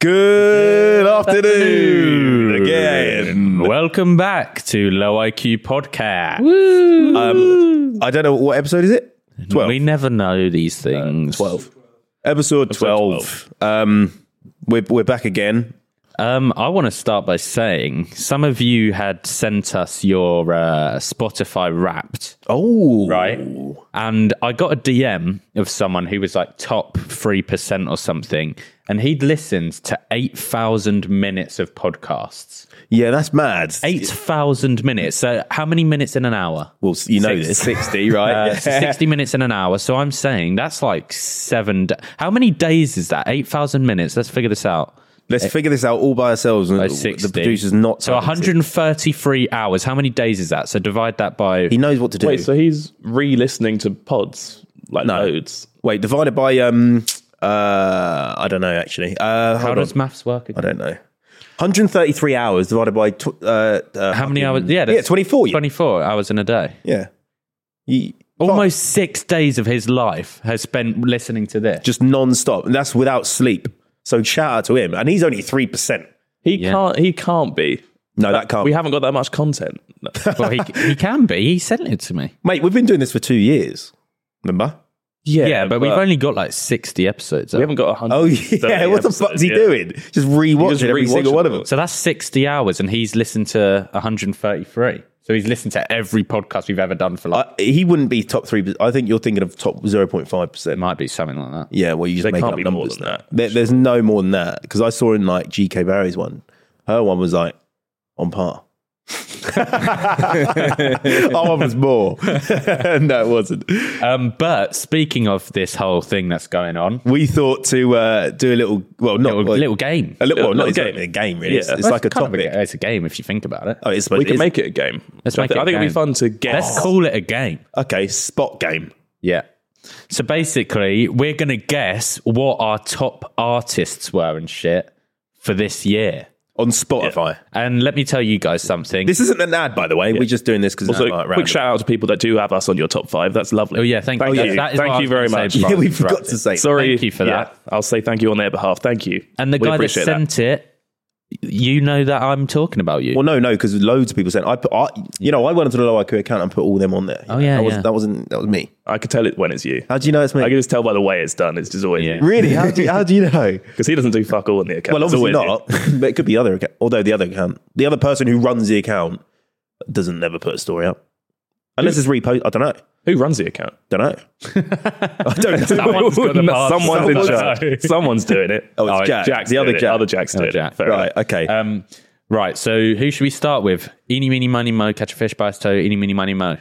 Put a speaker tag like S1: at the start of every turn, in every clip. S1: Good afternoon again.
S2: Welcome back to Low IQ Podcast.
S1: Um, I don't know what episode is it. Twelve. Uh,
S2: We never know these things.
S1: Twelve. Episode twelve. Um, we're we're back again.
S2: Um, I want to start by saying some of you had sent us your uh, Spotify Wrapped,
S1: Oh,
S2: right? And I got a DM of someone who was like top three percent or something, and he'd listened to eight thousand minutes of podcasts.
S1: Yeah, that's mad.
S2: Eight thousand minutes. So how many minutes in an hour?
S1: Well, you know this.
S3: sixty, right?
S2: Uh, so 60 minutes in an hour. So I'm saying that's like seven. Da- How many days is that? 8,000 minutes. Let's figure this out.
S1: Let's figure this out all by ourselves. And
S2: By
S1: the
S2: 60.
S1: producer's not.
S2: So
S1: talented.
S2: 133 hours. How many days is that? So divide that by.
S1: He knows what to do.
S3: Wait, so he's re-listening to pods like
S1: No.
S3: loads.
S1: Wait, divided by um uh I don't know actually. Uh,
S2: How
S1: hold
S2: does
S1: on.
S2: maths work?
S1: I don't know. 133 hours divided by tw- uh, uh
S2: How many hours? Yeah,
S1: yeah
S2: that's
S1: 24 yeah.
S2: 24 hours in a day.
S1: yeah. You-
S2: Almost six days of his life has spent listening to this.
S1: just non-stop and that's without sleep so shout out to him and he's only 3%
S3: He can't. He can't be.
S1: no that can't
S3: We haven't got that much content.
S2: well, he, he can be. He sent it to me.
S1: mate we've been doing this for two years remember
S2: Yeah, but, we've only got like 60 episodes.
S3: we
S2: up.
S3: haven't got a hundred.
S1: oh yeah what the fuck's he doing just rewatching
S3: Just
S1: every
S3: rewatch
S1: single
S3: it.
S1: one of them
S2: So that's 60 hours, and he's listened to 133. So he's listened to every podcast we've ever done for like.
S1: I, uh, he wouldn't be top 3 I think you're thinking of top 0.5%
S2: it might be something like that.
S1: yeah well you just
S3: There
S1: make
S3: can't
S1: up
S3: be more
S1: numbers
S3: than
S1: now.
S3: that.
S1: There, there's no more than that because I saw in like GK Barry's one her one was like on par Our one was more no it wasn't
S2: Um, but speaking of this whole thing that's going on,
S1: we thought to uh, do a little well not
S2: little,
S1: well,
S2: little game.
S1: A little, well, not
S3: Little
S1: it's not
S3: game.
S1: a game, really. It's,
S3: Yeah.
S1: it's like a
S2: Kind of
S1: topic.
S2: it's a game if you think about it.
S1: oh, it's,
S3: We can
S1: it's-
S3: make it a game.
S2: Let's
S3: I
S2: make
S3: thi-
S2: it a
S3: I think it'd
S2: game.
S3: be fun to guess.
S2: Let's call it a game.
S1: okay spot game.
S2: Yeah. So basically, we're going to guess what our top artists were and shit for this year.
S1: On Spotify.
S2: And let me tell you guys something.
S1: This isn't an ad, by the way. We're just doing this because it's
S3: Also,
S1: an ad, right,
S3: quick shout out to people that do have us on your top five. That's lovely.
S2: oh, yeah, thank,
S3: thank
S2: you.
S3: you.
S2: That is what I
S3: thank you
S2: was
S3: very
S2: gonna
S3: much.
S2: say,
S1: Yeah,
S2: Brian,
S1: we
S2: for
S1: forgot
S2: us.
S1: to say.
S3: Sorry,
S2: Thank you for
S3: yeah,
S2: that.
S3: I'll say thank you on their behalf. Thank you.
S2: And the
S3: We
S2: guy that
S3: appreciate
S2: sent it, you know that I'm talking about you.
S1: Well, no, no, because loads of people said I put. I, you know, I went onto the low IQ account and put all them on there.
S2: Oh, yeah,
S1: that, Was,
S2: yeah.
S1: that wasn't that was me.
S3: I could tell it when it's you.
S1: How do you know it's me?
S3: I can just tell by the way it's done. It's just always
S2: Yeah.
S1: really? How do you, how do you know?
S3: because he doesn't do fuck all in the account.
S1: Well,
S3: It's
S1: obviously
S3: always you.
S1: not. but it could be other account. Although the other account, the other person who runs the account doesn't never put a story up unless it's repost. I don't know.
S3: Who runs the account?
S1: Don't know. I don't know.
S2: Someone's got the bars.
S3: Someone's in
S2: Someone's-
S3: charge. Someone's doing it.
S1: Oh, it's Jack.
S3: Jack's
S1: The
S3: doing
S1: other
S3: it.
S1: Jack.
S3: Other Jack's doing
S2: Other
S3: it.
S2: Jack.
S3: Fair
S1: right.
S3: enough.
S1: Okay.
S2: Um, right, so who should we start with? Eeny, meeny, miny, mo, catch a fish by its toe, eeny, meeny, miny, mo.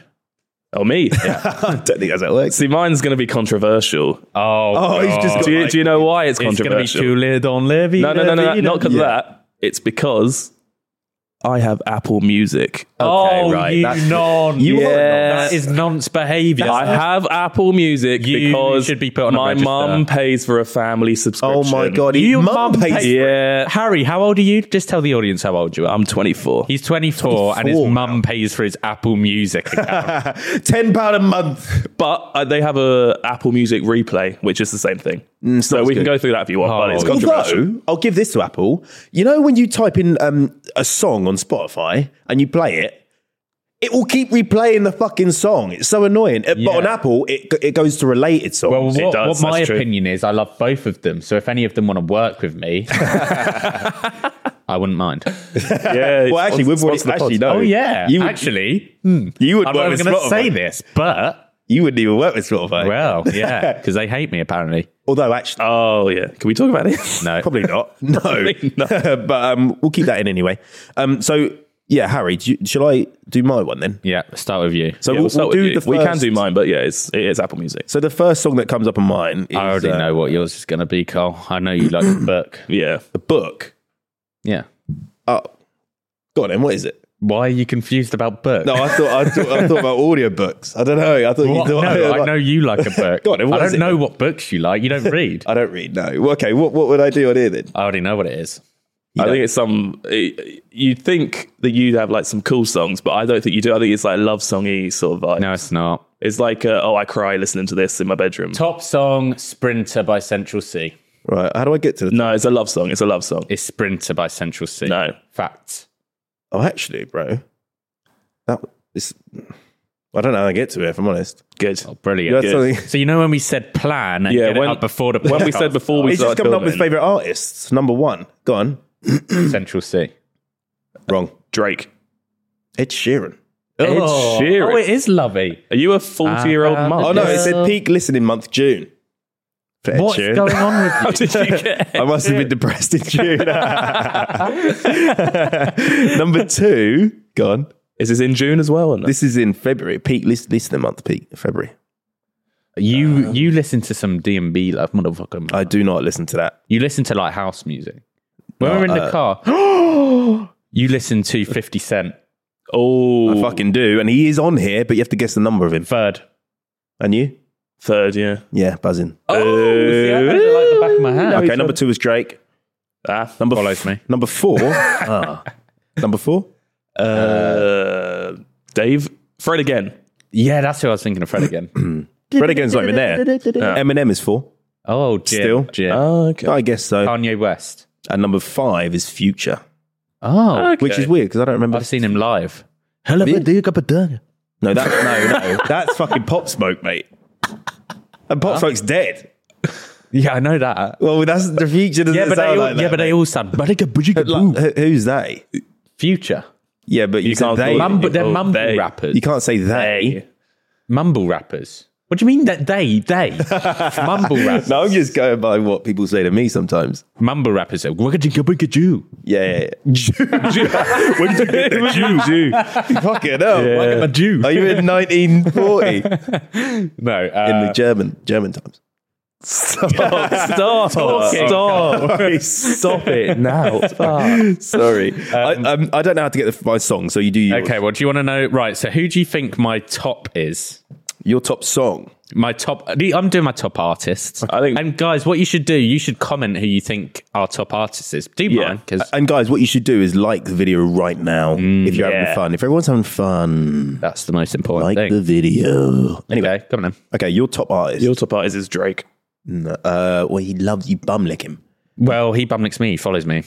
S3: Oh, me.
S1: I don't think that's how it works.
S3: See, mine's going to be controversial.
S2: Oh,
S1: Oh, he's just got
S3: do, you,
S1: like,
S3: do you know why it's,
S2: it's going to be
S3: controversial?
S2: Julia Don Levy.
S3: no, no, no, no, no, not because
S1: Yeah.
S3: of that. It's because I have Apple Music.
S2: oh,
S1: right,
S2: you
S1: that's-
S2: non.
S1: You are
S2: That is nonce behaviour.
S3: I have Apple Music
S2: You
S3: because
S2: should be put on a
S3: my
S2: register.
S3: mum pays for a family subscription.
S1: Oh my god, he
S2: You
S1: mum
S2: mum
S1: pays.
S2: pays-
S3: Yeah,
S2: Harry, how old are you? Just tell the audience how old you are.
S3: I'm 24.
S2: He's 24, and his
S1: 24
S2: mum pays for his Apple Music account.
S1: Ten pound a month.
S3: But uh, they have a Apple Music replay, which is the same thing.
S1: it's
S3: so
S1: not as
S3: we can
S1: Mm, good.
S3: go through that if you want. but it's
S2: Oh, yeah.
S3: controversial.
S1: Although I'll give this to Apple. You know when you type in um, a song on Spotify and you play it, it will keep replaying the fucking song. It's so annoying. Uh, But
S2: Yeah.
S1: on Apple, it it goes to related
S2: Well,
S1: songs.
S2: what,
S3: It does,
S2: what my
S3: that's true.
S2: opinion is, I love both of them. So if any of them want to work with me, I wouldn't mind.
S3: Yeah.
S1: Well, actually, we've already-
S3: sponsor the pod.
S1: actually, no.
S2: Oh yeah,
S1: Oh, You would-
S2: actually,
S1: you would
S2: I'm
S1: work
S2: not
S1: with
S2: going to
S1: Spotify.
S2: say this, but
S1: You wouldn't even work with Spotify.
S2: well, yeah, because they hate me apparently.
S1: Although actually,
S3: Oh yeah. Can we talk about this?
S2: No,
S1: probably not. No, but um, we'll keep that in anyway. Um, so Yeah, Harry, do you, shall I do my one then?
S2: Yeah, start with you.
S1: So
S3: Yeah,
S1: we'll,
S3: we'll start
S1: we'll
S3: with
S1: do
S3: you.
S1: the first,
S3: We can do mine, but yeah, it's it is Apple Music.
S1: So the first song that comes up on mine is
S2: I already
S1: uh,
S2: know what yours is going to be, Cole. I know you like the book.
S3: Yeah,
S1: the book.
S2: Yeah.
S1: Oh, go on then. What is it?
S2: Why are you confused about book?
S1: No, I thought I thought, I thought about audiobooks. I don't know. I thought
S2: What?
S1: you
S2: No,
S1: thought
S2: I know you like a book.
S1: Go on, then, what
S2: I
S1: is
S2: don't
S1: it?
S2: know what books you like. You don't read.
S1: I don't read. No. Well, okay. What what would I do on here then?
S2: I already know what it is.
S3: I think it's some. It, you'd think that you'd have like some cool songs, but I don't think you do. I think it's like love songy sort of vibe.
S2: No, it's not.
S3: It's like uh, oh, I cry listening to this in my bedroom.
S2: Top song Sprinter by Central C.
S1: Right. How do I get to the?
S3: No, it's a love song. It's a love song.
S2: Is Sprinter by Central C.
S3: No.
S2: Facts.
S1: Oh, actually, bro, that is. I don't know how I get to it. If I'm honest,
S3: Good.
S2: Oh,
S1: you
S2: brilliant.
S1: had something.
S2: So you know when we said plan and
S3: Yeah,
S2: get it
S3: when-
S2: up before the
S3: when we
S2: podcast
S3: said before we
S1: He's just
S3: started
S1: coming up with
S3: filming,
S1: favorite artists. Number one. Go on.
S2: starts, Central C.
S1: Wrong.
S3: Drake.
S1: Ed Sheeran.
S3: Ed Sheeran.
S2: Oh, it is lovey.
S3: Are you a forty-year-old
S2: Ah.
S3: mum?
S1: Oh no, it said
S2: Yeah.
S1: peak listening month June. For Ed
S2: What's
S1: Sheeran.
S2: going on with you? How did you
S1: I must have been depressed in June. Number two. Go on.
S3: Is this in June as well? Or not?
S1: This is in February. Peak list listener month. Peak February.
S2: You you listen to some D and B like motherfucker.
S1: I do not listen to that.
S2: you listen to like house music. When we're in the car, you listen to Fifty Cent.
S3: oh,
S1: I fucking do. And he is on here, but you have to guess the number of him.
S2: Third.
S1: And you?
S3: third. Yeah.
S1: Yeah, buzzing.
S2: Oh, see, I know that like the back of my hand.
S1: okay, number two is Drake.
S3: Ah.
S1: Number
S2: Follows me.
S1: Number four. Ah. number four.
S3: Uh, Dave. Fred again.
S2: Yeah, that's who I was thinking of. Fred again.
S1: Fred again's not even there. Eminem is four.
S2: oh, Jim,
S1: Still?
S2: Jim.
S3: Oh, okay.
S1: I guess so.
S2: Kanye West.
S1: And number five is Future,
S2: Oh,
S1: which is weird because I don't remember.
S2: I've seen him live.
S1: No, that, no, no. That's fucking Pop Smoke, mate. And
S2: Oh.
S1: Pop Smoke's dead.
S2: Yeah, I know that.
S1: Well, that's the future. Doesn't
S2: Yeah, but they all,
S1: sound like that,
S2: yeah, but they
S1: mate.
S2: all sound "Badika Badika Boo."
S1: Like, who- who's they?
S2: Future.
S1: Yeah, but you,
S3: can't
S1: can't they,
S3: call them.
S2: Mumble, they're
S3: Oh,
S2: mumble
S3: they.
S2: rappers.
S1: You can't say they.
S2: Mumble rappers. What do you mean that they they mumble rappers?
S1: No, I'm just going by what people say to me sometimes.
S2: Mumble rappers. are, "Wigga-digga bigga-doo."
S1: Yeah, yeah, yeah. Where did you get that Jew? Jew. Fucking hell.
S2: Like a Jew. Uh,
S1: Are you in 1940 in
S2: No,
S1: the
S2: uh,
S1: German German times?
S3: Stop. Stop.
S1: Sorry, stop it.
S3: now.
S1: Sorry, I, um, I don't know how to get the, my song, so you do yours.
S2: okay. Well, do you want to know? Right. So, who do you think my top is?
S1: your top song.
S2: My top. the- I'm doing my top artists.
S3: I think-
S2: And guys, what you should do, you should comment who you think our top artist is. Do
S3: Yeah.
S2: mine because
S1: And guys, what you should do is like the video right now if you're having
S3: yeah.
S1: fun. If everyone's having fun,
S2: that's the most important
S1: like
S2: thing.
S1: the video. Anyway,
S2: Anyway, come on. Then.
S1: okay, your top artist.
S3: Your top artist is Drake.
S1: uh, well, he loves you. Bum lick him.
S2: Well, he bumlicks me. He follows me.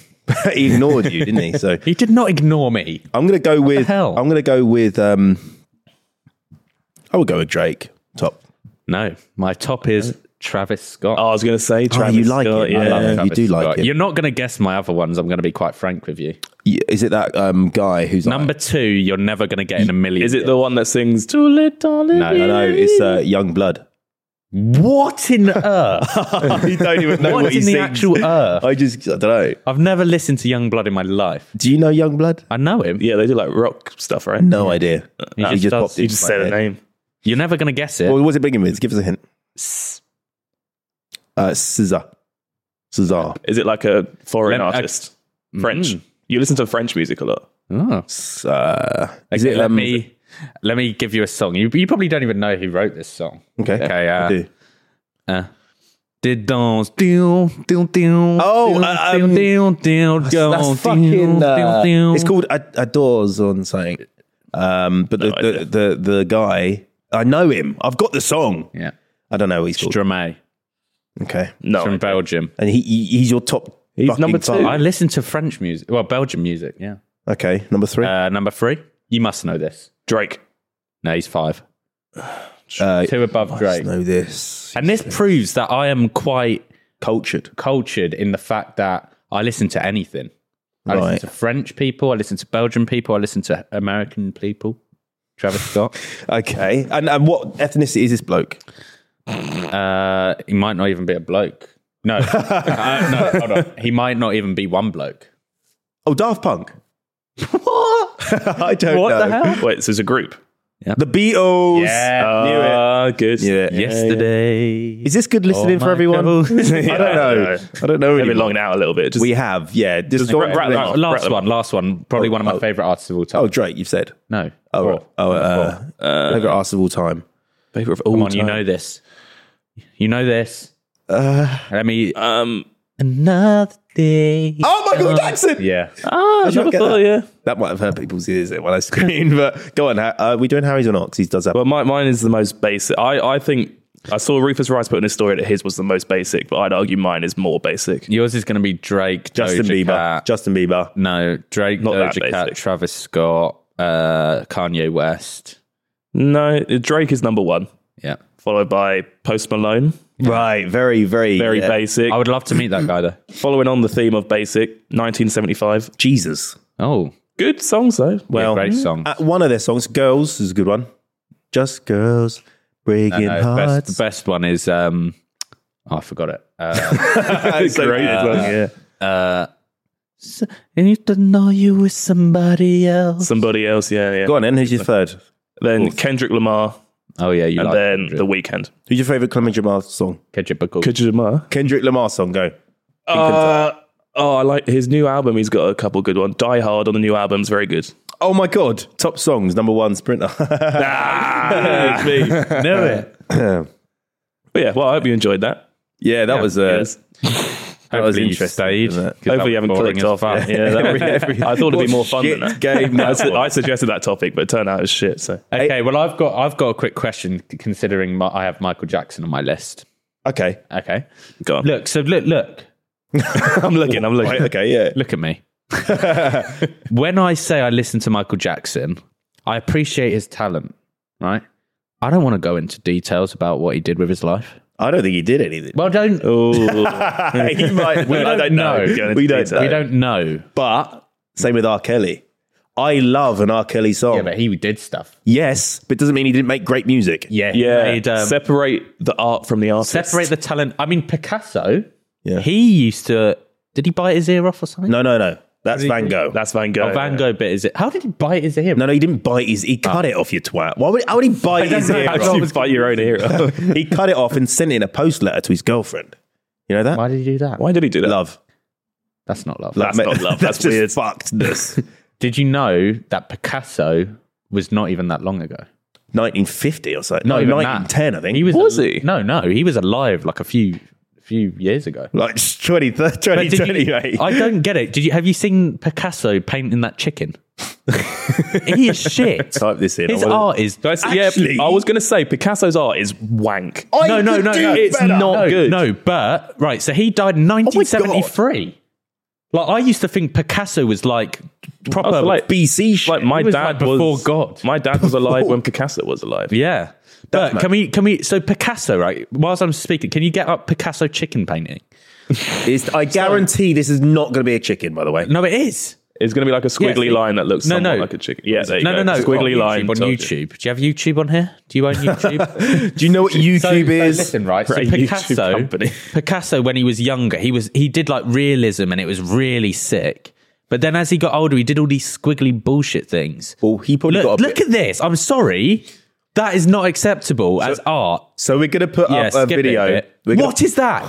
S1: he ignored you, didn't he? So
S2: He did not ignore me.
S1: I'm gonna go with.
S2: hell?
S1: I'm gonna go with. Um, I would go with Drake. Top.
S2: No, my top is Travis Scott.
S3: Oh, I was going to say Travis
S1: you like it.
S3: Scott, Yeah.
S1: I love it.
S2: Travis
S1: you do like
S2: Scott.
S1: it.
S2: You're not going to guess my other ones. I'm going to be quite frank with you.
S1: Y- Is it that um, guy who's like-
S2: Number two, you're never going to get in a million.
S3: Is it the one that sings Too Little?
S2: No,
S1: I know it's uh, Young Blood.
S2: What in earth?
S1: you don't even know
S2: What's in the actual earth?
S1: I just I don't know.
S2: I've never listened to Young Blood in my life.
S1: Do you know Young Blood?
S2: I know him.
S3: Yeah, they do like rock stuff, right?
S1: No idea.
S2: He just does- he
S3: You
S1: into
S3: just
S1: my
S3: said
S1: head.
S3: the name.
S2: You're never going to guess it.
S1: Well, what's it beginning with? Give us a hint. Uh, Scissor. Scissor.
S3: Is it like a foreign
S2: Lem-
S3: artist? French. You listen to French music a lot.
S2: Oh.
S1: S- Uh, is it
S2: let
S1: um,
S2: me let me give you a song. You, you probably don't even know who wrote this song.
S1: Okay.
S2: Okay.
S1: I
S2: Uh,
S1: do.
S2: did dance deal deal deal.
S1: Oh, uh, um,
S2: deal deal deal.
S1: That's fucking. Uh, it's called Ad- Adores on something. Um, but the, the,
S3: idea.
S1: the the guy, I know him. I've got the song.
S2: Yeah.
S1: I don't know what he's called.
S2: Drame
S1: Oh, Okay,
S3: No.
S2: from Belgium.
S1: and he, he he's your top.
S3: He's
S1: fucking
S3: number two.
S1: five.
S2: I listen to French music. Well, Belgian music. Yeah.
S1: Okay, number three.
S2: Uh, number three. You must know this.
S3: Drake.
S2: No, he's five.
S1: Uh,
S2: Two above Drake.
S1: know this.
S2: And this proves that I am quite
S1: Cultured.
S2: cultured in the fact that I listen to anything. I
S1: Right.
S2: listen to French people. I listen to Belgian people. I listen to American people. Travis Scott.
S1: Okay. And and what ethnicity is this bloke?
S2: Uh, he might not even be a bloke. No, Uh, no, hold on. He might not even be one bloke.
S1: Oh, Daft Punk.
S2: What?
S1: I don't
S2: What
S1: know.
S2: the hell?
S3: Wait, this is a group.
S1: The Beatles.
S3: Ah, good.
S1: Yeah.
S2: Yesterday.
S1: Oh. Is this good listening for
S2: my
S1: everyone?
S2: troubles.
S1: I don't know. I don't know.
S3: Maybe
S1: anymore.
S3: long now a little bit. Just,
S1: We have, yeah. Just
S3: Just wrap- wrap that up.
S2: last one, last one. Probably one of my
S1: oh.
S2: favorite artists of all time.
S1: Oh, Drake, you've said.
S2: no.
S1: Oh,
S2: Four.
S1: right. oh, uh, favourite artist of all time.
S3: favorite of all
S1: oh,
S2: Come on, you
S3: time.
S2: know this. You know this.
S1: Uh,
S2: Let me.
S3: Um,
S2: Another day.
S1: Oh, Michael Jackson.
S2: Yeah.
S3: ah, I never
S1: get
S3: thought,
S1: that.
S3: yeah.
S1: That might have hurt people's ears when I screamed. But go on, Ha- uh, are we doing Harry's or not? Because he does that.
S3: But my, mine is the most basic. I, I think I saw Rufus Rice put in his story that his was the most basic, but I'd argue mine is more basic.
S2: Yours is going to be Drake,
S1: Justin
S2: Doja
S1: Bieber.
S2: Cat.
S1: Justin Bieber.
S2: no, Drake,
S3: Not that
S2: Doja Cat,
S3: basic.
S2: Travis Scott, uh, Kanye West.
S3: No, Uh, Drake is number one,
S2: Yeah.
S3: followed by Post Malone.
S1: Right. Very, very,
S3: Very
S1: yeah.
S3: basic.
S2: I would love to meet that guy though.
S3: Following on the theme of basic, 1975.
S1: Jesus.
S2: Oh,
S3: Good songs though.
S1: Well,
S2: great song.
S1: uh, one of their songs, "Girls," is a good one. Just girls breaking
S2: Uh, No, the best,
S1: hearts.
S2: the best one is um, oh, I forgot it. Uh,
S1: That's so
S3: Great
S1: good.
S3: as well,
S1: yeah.
S2: and you to know you with somebody else.
S3: Somebody else, yeah, yeah.
S1: Go on, then. Who's your third?
S3: Then Kendrick Lamar,
S2: Oh yeah, you
S3: and
S2: like
S3: then
S2: Kendrick.
S3: The Weeknd.
S1: Who's your favorite Kendrick Lamar song?
S2: Kendrick Buckle.
S3: Kendrick Lamar.
S1: Kendrick Lamar song. Go.
S3: Uh, oh, I like his new album. He's got a couple good ones. Die Hard on the new album's very good.
S1: Oh my god! Top songs. Number one, Sprinter.
S3: Ah, me.
S2: Knew it.
S3: But yeah, well, I hope you enjoyed that.
S1: yeah, that was. Uh,
S3: Yes.
S2: That
S1: was
S2: was
S1: interesting,
S2: interesting. Stayed,
S1: wasn't it?
S2: 'cause that
S3: Hopefully you
S2: was
S3: haven't
S2: boring
S3: clicked
S2: as
S3: off.
S2: fuck.
S3: Yeah, that- I thought it'd be more fun than that.
S1: Shit game
S3: I,
S1: that
S3: su- I
S1: was.
S3: suggested that topic, but it turned out it was shit. So
S2: Okay, well, I've got I've got a quick question considering my, I have Michael Jackson on my list.
S1: Okay,
S2: Okay,
S3: go on.
S2: look, so look, look,
S3: I'm looking. I'm looking.
S1: Right, okay, yeah.
S2: look at me. when I say I listen to Michael Jackson, I appreciate his talent, right? I don't want to go into details about what he did with his life.
S1: I don't think he did anything.
S2: Well, don't
S1: he might. we
S2: don't know.
S3: Go into
S1: We don't.
S3: detail.
S1: Know.
S2: we don't know?
S1: But same with R. Kelly. I love an R. Kelly song.
S2: Yeah, but he did stuff.
S1: yes, but it doesn't mean he didn't make great music.
S2: Yeah, he
S3: Yeah,
S2: made, um,
S3: separate the art from the artist.
S2: separate the talent. I mean, Picasso.
S1: Yeah.
S2: He used to. Did he bite his ear off or something?
S1: No, no, no. That's Van Gogh.
S3: That's Van Gogh.
S2: Oh, Van Gogh bit is it? How did he bite his ear?
S1: no, no. He didn't bite his. He cut it off. You twat. Why would? How would he bite his ear?
S3: How
S1: off?
S3: do you bite your own ear? off?
S1: he cut it off and sent it in a post letter to his girlfriend. You know that?
S2: Why did he do that?
S3: Why did he do that?
S1: Love.
S2: That's not love.
S3: That's not love. That's
S1: just
S3: weird.
S1: Fuckedness.
S2: Did you know that Picasso was not even that long ago?
S1: 1950 or something.
S2: Not
S1: No,
S2: even
S1: 1910,
S2: that.
S1: I think.
S2: He was,
S3: Was
S2: al-
S3: he?
S2: No, no, he was alive like a few few years ago.
S1: like 20,
S2: But did you-
S1: 2020, mate.
S2: I don't get it. Did you have you seen Picasso painting that chicken? he is shit.
S1: Type this in. I
S2: His
S1: wanna-
S2: art is
S3: Did I say- yeah,
S1: Actually-
S3: I was going to say Picasso's art is wank.
S1: I
S2: no, no,
S1: could
S2: no,
S1: do
S2: no.
S3: It's
S1: better.
S3: not
S2: no,
S3: good.
S2: No, but right. So he died in 1973. like I used to think Picasso was like proper.
S3: That's like-
S1: BC shit.
S3: Like my
S2: He was
S3: dad
S2: like before
S3: was
S2: God.
S3: My dad was alive when Picasso was alive.
S2: yeah. But can we can we so Picasso right? Whilst I'm speaking, can you get up Picasso chicken painting?
S1: It's- I guarantee this is not going to be a chicken, by the way.
S2: No, it is.
S3: It's going to be like a squiggly
S2: see.
S3: line that looks
S2: No,
S3: somewhat
S2: no.
S3: like a chicken. Yeah, there you
S2: no,
S3: go.
S2: no, no,
S3: Squiggly
S2: on
S3: line
S2: YouTube, on
S3: told you.
S2: YouTube. Do you have YouTube on here? Do you own YouTube?
S1: Do you know what YouTube
S2: So- so
S1: is?
S2: listen, right? So
S3: Great YouTube
S2: Picasso,
S3: company.
S2: Picasso, when he was younger, he was he did like realism, and it was really sick. But then as he got older, he did all these squiggly bullshit things.
S1: Well, he probably
S2: look,
S1: got a
S2: look
S1: bit-
S2: at this. I'm sorry, that is not acceptable as art.
S1: So we're going to put
S2: Yeah,
S1: up a
S2: skip
S1: video.
S2: It a
S1: We're
S2: bit.
S1: gonna-
S2: What is that?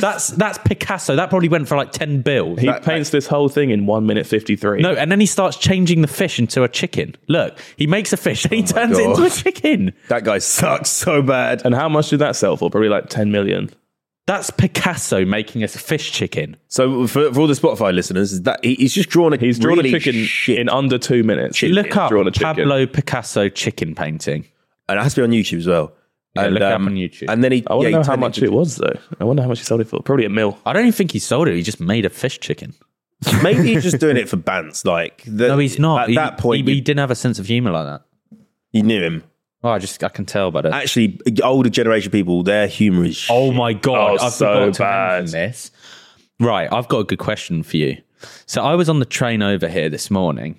S2: that's that's Picasso. That probably went for like ten bills.
S3: He paints this whole thing in one minute fifty three.
S2: No, and then he starts changing the fish into a chicken. Look, he makes a fish and he turns it
S1: Oh God.
S2: into a chicken.
S1: That guy sucks so bad.
S3: And how much did that sell for? Probably like ten million.
S2: That's Picasso making us a fish chicken.
S1: So for, for all the Spotify listeners, is that he, he's just drawn a
S3: He's drawn
S1: really
S3: a chicken
S1: shit.
S3: in under two minutes. He's
S2: Look up
S3: drawn a chicken.
S2: Pablo Picasso chicken painting.
S1: and it has to be on YouTube as well.
S2: Yeah,
S1: and, um,
S2: look it up on YouTube.
S1: And then he,
S3: I want
S1: yeah,
S3: to
S1: he
S3: know how
S1: turned
S3: much
S1: into-
S3: it was though. I wonder how much he sold it for. Probably a mil.
S2: I don't even think he sold it. He just made a fish chicken.
S1: Maybe he's just doing it for bants. Like the,
S2: No, he's not.
S1: At
S2: He-
S1: that point,
S2: he, he
S1: you,
S2: didn't have a sense of humor like that.
S1: you knew him.
S2: Oh, I just I can tell by that.
S1: Actually, older generation people, their humour is. shit.
S2: Oh my god!
S3: Oh,
S2: I've
S3: so
S2: forgotten to
S3: bad.
S2: mention this. Right, I've got a good question for you. So I was on the train over here this morning,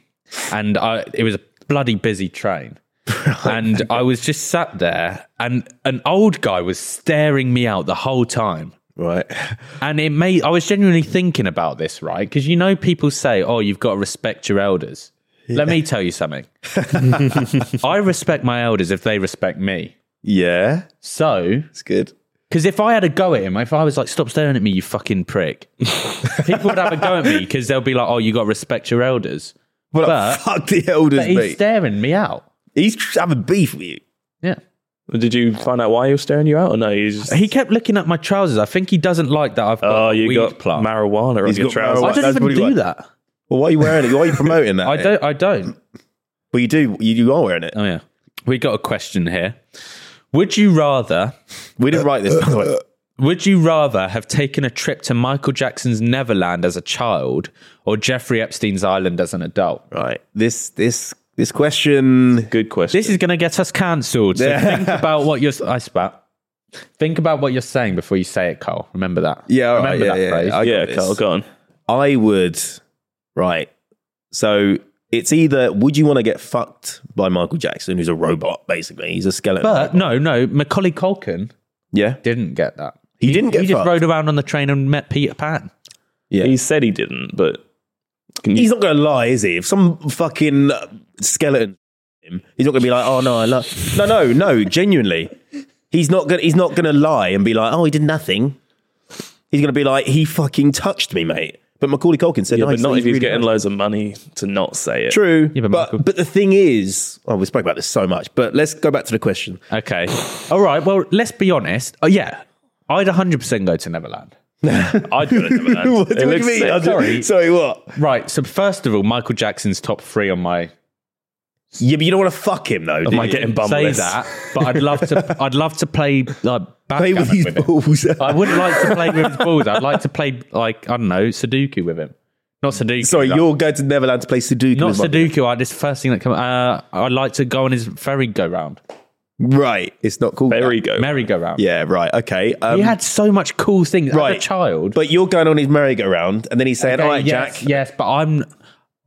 S2: and I, it was a bloody busy train. and I was just sat there, and an old guy was staring me out the whole time.
S1: Right.
S2: And it made I was genuinely thinking about this, right? Because you know, people say, "Oh, you've got to respect your elders." Let me tell you something. I respect my elders if they respect me.
S1: Yeah,
S2: So,
S1: it's good.
S2: because if I had a go at him, if I was like, stop staring at me, you fucking prick, people would have a go at me because they'll be like, oh, you got to respect your elders.
S1: Well,
S2: But-
S1: fuck the elders,
S2: But he's
S1: mate.
S2: staring me out.
S1: he's tr- having beef with you.
S2: Yeah.
S3: Did you find out why he was staring you out, or no? You just
S2: He kept looking at my trousers. I think he doesn't like that I've got
S3: oh, you
S2: weed
S3: got
S2: plant.
S3: marijuana
S1: He's
S3: on your
S1: got
S3: trousers.
S2: I
S1: marijuana.
S2: don't
S1: That's
S2: even
S1: what he
S2: do
S1: like.
S2: that.
S1: Well, why are you wearing it? Why are you promoting that?
S2: I
S1: mate?
S2: don't. I don't.
S1: Well, you do. You, you are wearing it.
S2: Oh yeah. We got a question here. Would you rather?
S1: We didn't write this. By the way.
S2: Would you rather have taken a trip to Michael Jackson's Neverland as a child or Jeffrey Epstein's Island as an adult?
S1: Right. This this this question.
S3: Good question.
S2: This is going to get us cancelled. So think about what you're. I spat. Think about what you're saying before you say it, Cole. Remember that.
S1: Yeah. All right.
S2: Remember
S1: Yeah.
S2: that
S1: Yeah.
S2: phrase.
S1: yeah, I got
S3: yeah,
S1: this.
S3: Carl, go on.
S1: I would. Right. So it's either would you want to get fucked by Michael Jackson, who's a robot basically? He's a skeleton.
S2: But no, no. Macaulay Culkin
S1: yeah,
S2: didn't get that.
S1: he, didn't get
S2: He just
S1: fucked.
S2: rode around on the train and met Peter Pan.
S1: yeah.
S3: He
S1: He's,
S3: said he didn't, but can you,
S1: not going to lie, is he? If some fucking uh, skeleton him, he's not going to be like, oh no, I love. No, no, no. Genuinely, he's not going. He's not going to lie and be like, oh, he did nothing. He's going to be like, he fucking touched me, mate. But Macaulay Culkin said,
S3: yeah,
S1: no,
S3: but
S1: he
S3: not
S1: said
S3: if he's
S1: really
S3: getting
S1: nice.
S3: loads of money to not say it.
S1: True,
S2: Yeah, but
S1: but
S2: Michael-
S1: but the thing is, oh, we spoke about this so much. But let's go back to the question.
S2: Okay. All right. Well, let's be honest. Oh, yeah. I'd 100% go to Neverland.
S3: I'd go to Neverland.
S1: What do
S3: It
S1: you
S3: looks
S1: mean?
S3: sick.
S1: I don't- Sorry, what?
S2: Right. So, first of all, Michael Jackson's top three on my
S1: Yeah, but you don't want to fuck him though. do
S3: I
S1: you?
S3: getting bum
S2: say
S3: list?
S2: that, but I'd love to. I'd love to play like
S1: play with
S2: backgammon
S1: his
S2: with him.
S1: balls?
S2: I wouldn't like to play with his balls. I'd like to play like I don't know Sudoku with him. Not Sudoku.
S1: Sorry,
S2: like-
S1: you're going to Neverland to play Sudoku.
S2: not
S1: with my-
S2: Sudoku. I just first thing that comes. Uh, I'd like to go on his merry go round.
S1: Right, it's not called.
S3: There
S1: that.
S3: we go.
S2: Merry go round.
S1: Yeah, right. Okay. Um,
S2: He had so much cool things as a
S1: right.
S2: child.
S1: But you're going on his merry-go-round, and then he's saying,
S2: Okay,
S1: "All right,
S2: yes,
S1: Jack,
S2: Yes, but I'm.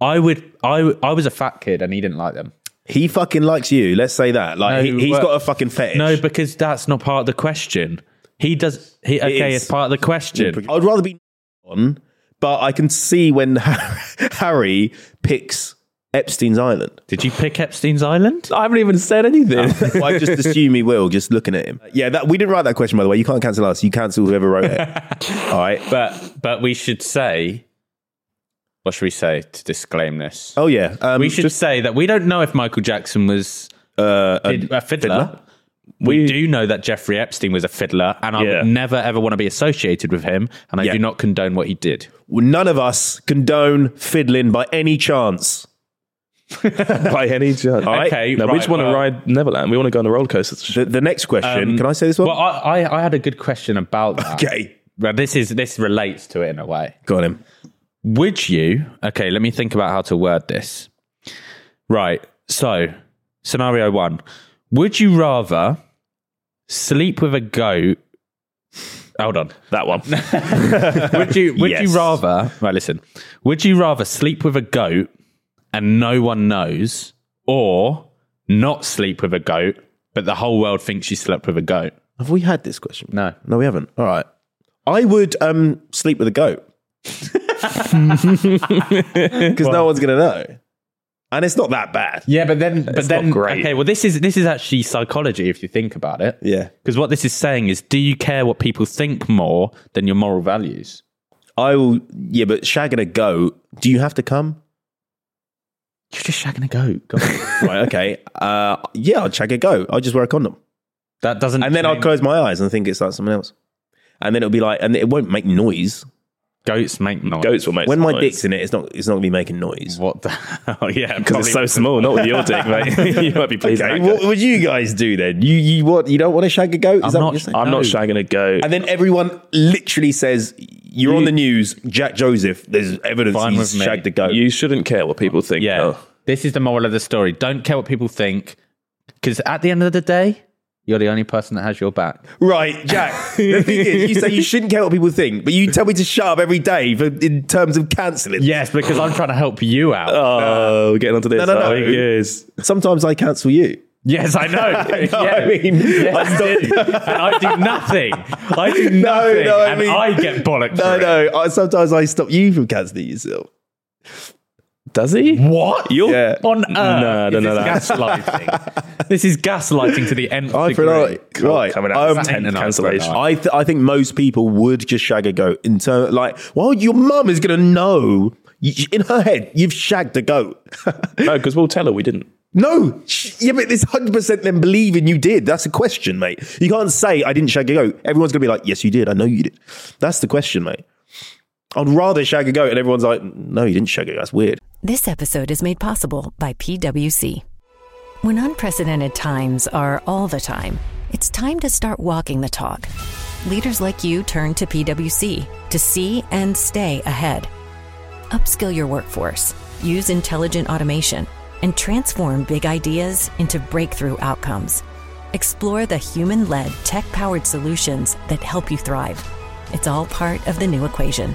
S2: I would. I I was a fat kid and he didn't like them.
S1: he fucking likes you." Let's say that. Like
S2: No,
S1: he, has
S2: well-
S1: got a fucking fetish.
S2: No, because that's not part of the question. He does. He okay.
S1: is.
S2: It's part of the question.
S1: I'd rather be on, but I can see when Harry picks Epstein's Island.
S2: Did you pick Epstein's Island?
S3: I haven't even said anything.
S1: I just assume he will, just looking at him. Yeah, that we didn't write that question by the way. You can't cancel us. You cancel whoever wrote it. All right.
S2: But but we should say, what should we say to disclaim this?
S1: Oh yeah. Um,
S2: we should say that we don't know if Michael Jackson was
S1: uh,
S2: a, a fiddler. We, do know that Jeffrey Epstein was a fiddler, and I
S3: Yeah.
S2: would never ever want to be associated with him. And I
S1: Yeah.
S2: do not condone what he did.
S1: none of us condone fiddling by any chance.
S3: By any chance.
S1: right.
S2: Okay,
S3: No, we
S2: right,
S3: just want to
S2: well-
S3: ride Neverland. We want to go on a roller coaster.
S1: The, the next question. can I say this one?
S2: Um, Well, I, I I had a good question about that.
S1: okay.
S2: Well, this is this relates to it in a way.
S1: Go on him.
S2: Would you? Okay, let me think about how to word this. Right. So, scenario one Would you rather sleep with a goat? Hold on.
S3: That one.
S2: Would you, would
S1: Yes.
S2: you rather? Right, listen. Would you rather sleep with a goat and no one knows, or not sleep with a goat, but the whole world thinks you slept with a goat?
S1: Have we had this question?
S2: No.
S1: No, we haven't. All right. I would um, sleep with a goat because no one's gonna know, and it's not that bad.
S2: Yeah, but then, but
S3: not
S2: then,
S3: great.
S2: okay. Well, this is this is actually psychology if you think about it.
S1: Yeah.
S2: Because what this is saying is, do you care what people think more than your moral values?
S1: I will. Yeah, but shagging a goat. Do you have to come?
S2: You're just shagging a goat. God.
S1: right. Okay. Uh, yeah, I'd shag a goat. I'll just wear a condom.
S2: that doesn't.
S1: And then I'll
S2: change-
S1: close my eyes and think it's like someone else. And then it'll be like, and it won't make noise.
S2: goats make noise.
S3: Goats will make
S1: when
S3: some
S1: my
S3: noise.
S1: dick's in it, it's not, it's not gonna be making noise.
S2: What the? Oh yeah,
S3: Because it's so small, not with your dick, mate. you might be pleased. with that goat.
S1: would you guys do then? You, you what? You don't want to shag a goat? Is
S2: I'm not-
S1: saying?
S3: I'm
S2: No.
S3: not shagging a goat.
S1: And then everyone literally says, "You're on the news, Jack Joseph. There's evidence
S2: Fine
S1: he's
S2: with me.
S1: shagged a goat."
S3: You shouldn't care what people think.
S2: Yeah.
S3: Carl.
S2: This is the moral of the story. Don't care what people think, because at the end of the day, you're the only person that has your back.
S1: Right, Jack. the thing is, you say you shouldn't care what people think, but you tell me to shut up every day for, in terms of cancelling.
S2: Yes, because I'm trying to help you out.
S3: Oh, we're getting onto this.
S1: No, no,
S3: Oh,
S1: no.
S3: who cares?
S1: Sometimes I cancel you.
S2: Yes, Oh, I know. yeah.
S1: I mean,
S2: Yes,
S1: I'm
S2: I do. and I do nothing. I do nothing.
S1: no, I
S2: and
S1: mean-
S2: I get bollocked.
S1: No,
S2: for it.
S1: no. I, sometimes I stop you from cancelling yourself.
S3: Does he?
S2: What? You're
S1: Yeah.
S2: on earth.
S3: No, I
S2: is
S3: don't know
S2: this Gaslighting. this is gaslighting to the nth
S1: I feel
S2: degree.
S1: like right.
S3: coming out of
S1: I'm-
S3: ten
S2: Tonight,
S3: cancellation.
S2: brother.
S1: I th- I think most people would just shag a goat in term like well your mum is gonna know You- in her head you've shagged a goat.
S3: No, because we'll tell her we didn't.
S1: no, sh- yeah, but it's hundred percent them believing you did. That's a question, mate. You can't say I didn't shag a goat. Everyone's gonna be like, yes, you did. I know you did. That's the question, mate. I'd rather shag a goat, and everyone's like, no, you didn't shag a goat. That's weird.
S4: This episode is made possible by PWC. When unprecedented times are all the time, it's time to start walking the talk. Leaders like you turn to PWC to see and stay ahead. Upskill your workforce, use intelligent automation, and transform big ideas into breakthrough outcomes. Explore the human led, tech powered solutions that help you thrive. It's all part of the new equation.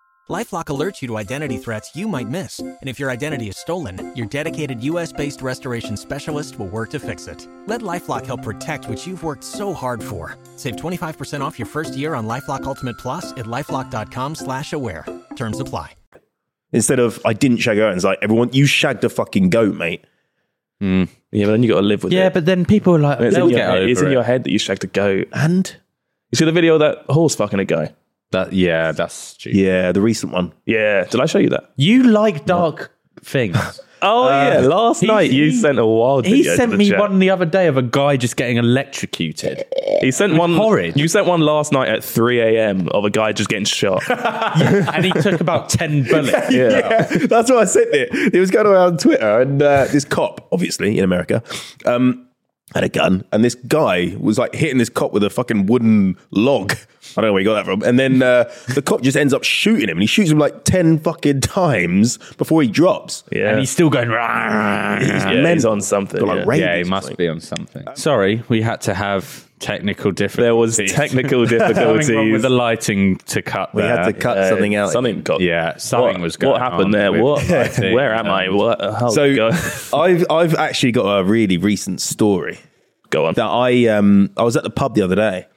S5: Lifelock alerts you to identity threats you might miss. And if your identity is stolen, your dedicated US based restoration specialist will work to fix it. Let Lifelock help protect what you've worked so hard for. Save 25% off your first year on Lifelock Ultimate Plus at lifelock.com slash aware. Terms apply.
S1: Instead of I didn't shag a goat, and it's like everyone, you shagged a fucking goat, mate.
S3: Yeah, but then you got to live with it.
S2: yeah, but then people are like,
S3: And it's
S2: they'll
S3: in, your,
S2: get over
S3: head- it's in
S2: it.
S3: your head that you shagged a goat.
S1: And
S3: You see the video of that horse fucking a guy?
S2: That, yeah, that's stupid.
S1: yeah, the recent one.
S3: Yeah. Did I show you that?
S2: You like dark things.
S3: Oh yeah.
S2: Uh,
S3: Last
S2: he-
S3: night you
S2: he-
S3: sent a wild.
S2: he
S3: video to
S2: sent
S3: the
S2: me
S3: chat.
S2: one the other day of a guy just getting electrocuted.
S3: He sent one.
S2: horrid.
S3: You sent one last night at 3 a.m. of a guy just getting shot.
S2: and he took about 10 bullets.
S1: Yeah, that's what I said there. It was going around Twitter, and uh, this cop, obviously in America, um, had a gun, and this guy was like hitting this cop with a fucking wooden log. I don't know where he got that from. And then uh, the cop just ends up shooting him, and he shoots him like 10 fucking times before he drops.
S3: Yeah.
S2: And he's still going. "Rah."
S3: yeah,
S1: men-
S3: he's on something.
S1: Got, like,
S3: yeah.
S1: raped.
S2: Yeah, he must be on something. Sorry, we had to have technical difficulties.
S3: There was technical
S2: Something wrong with
S3: difficulties.
S2: the lighting to cut.
S1: We had to
S2: there.
S1: cut something out.
S3: Something got.
S2: Yeah, something
S3: what,
S2: was going
S3: What happened
S2: on
S3: there?
S2: with
S3: What?
S2: lighting.
S3: Where am I? What? Oh,
S1: So
S3: go,
S1: I've I've actually got a really recent story.
S3: go on.
S1: that I um I was at the pub the other day,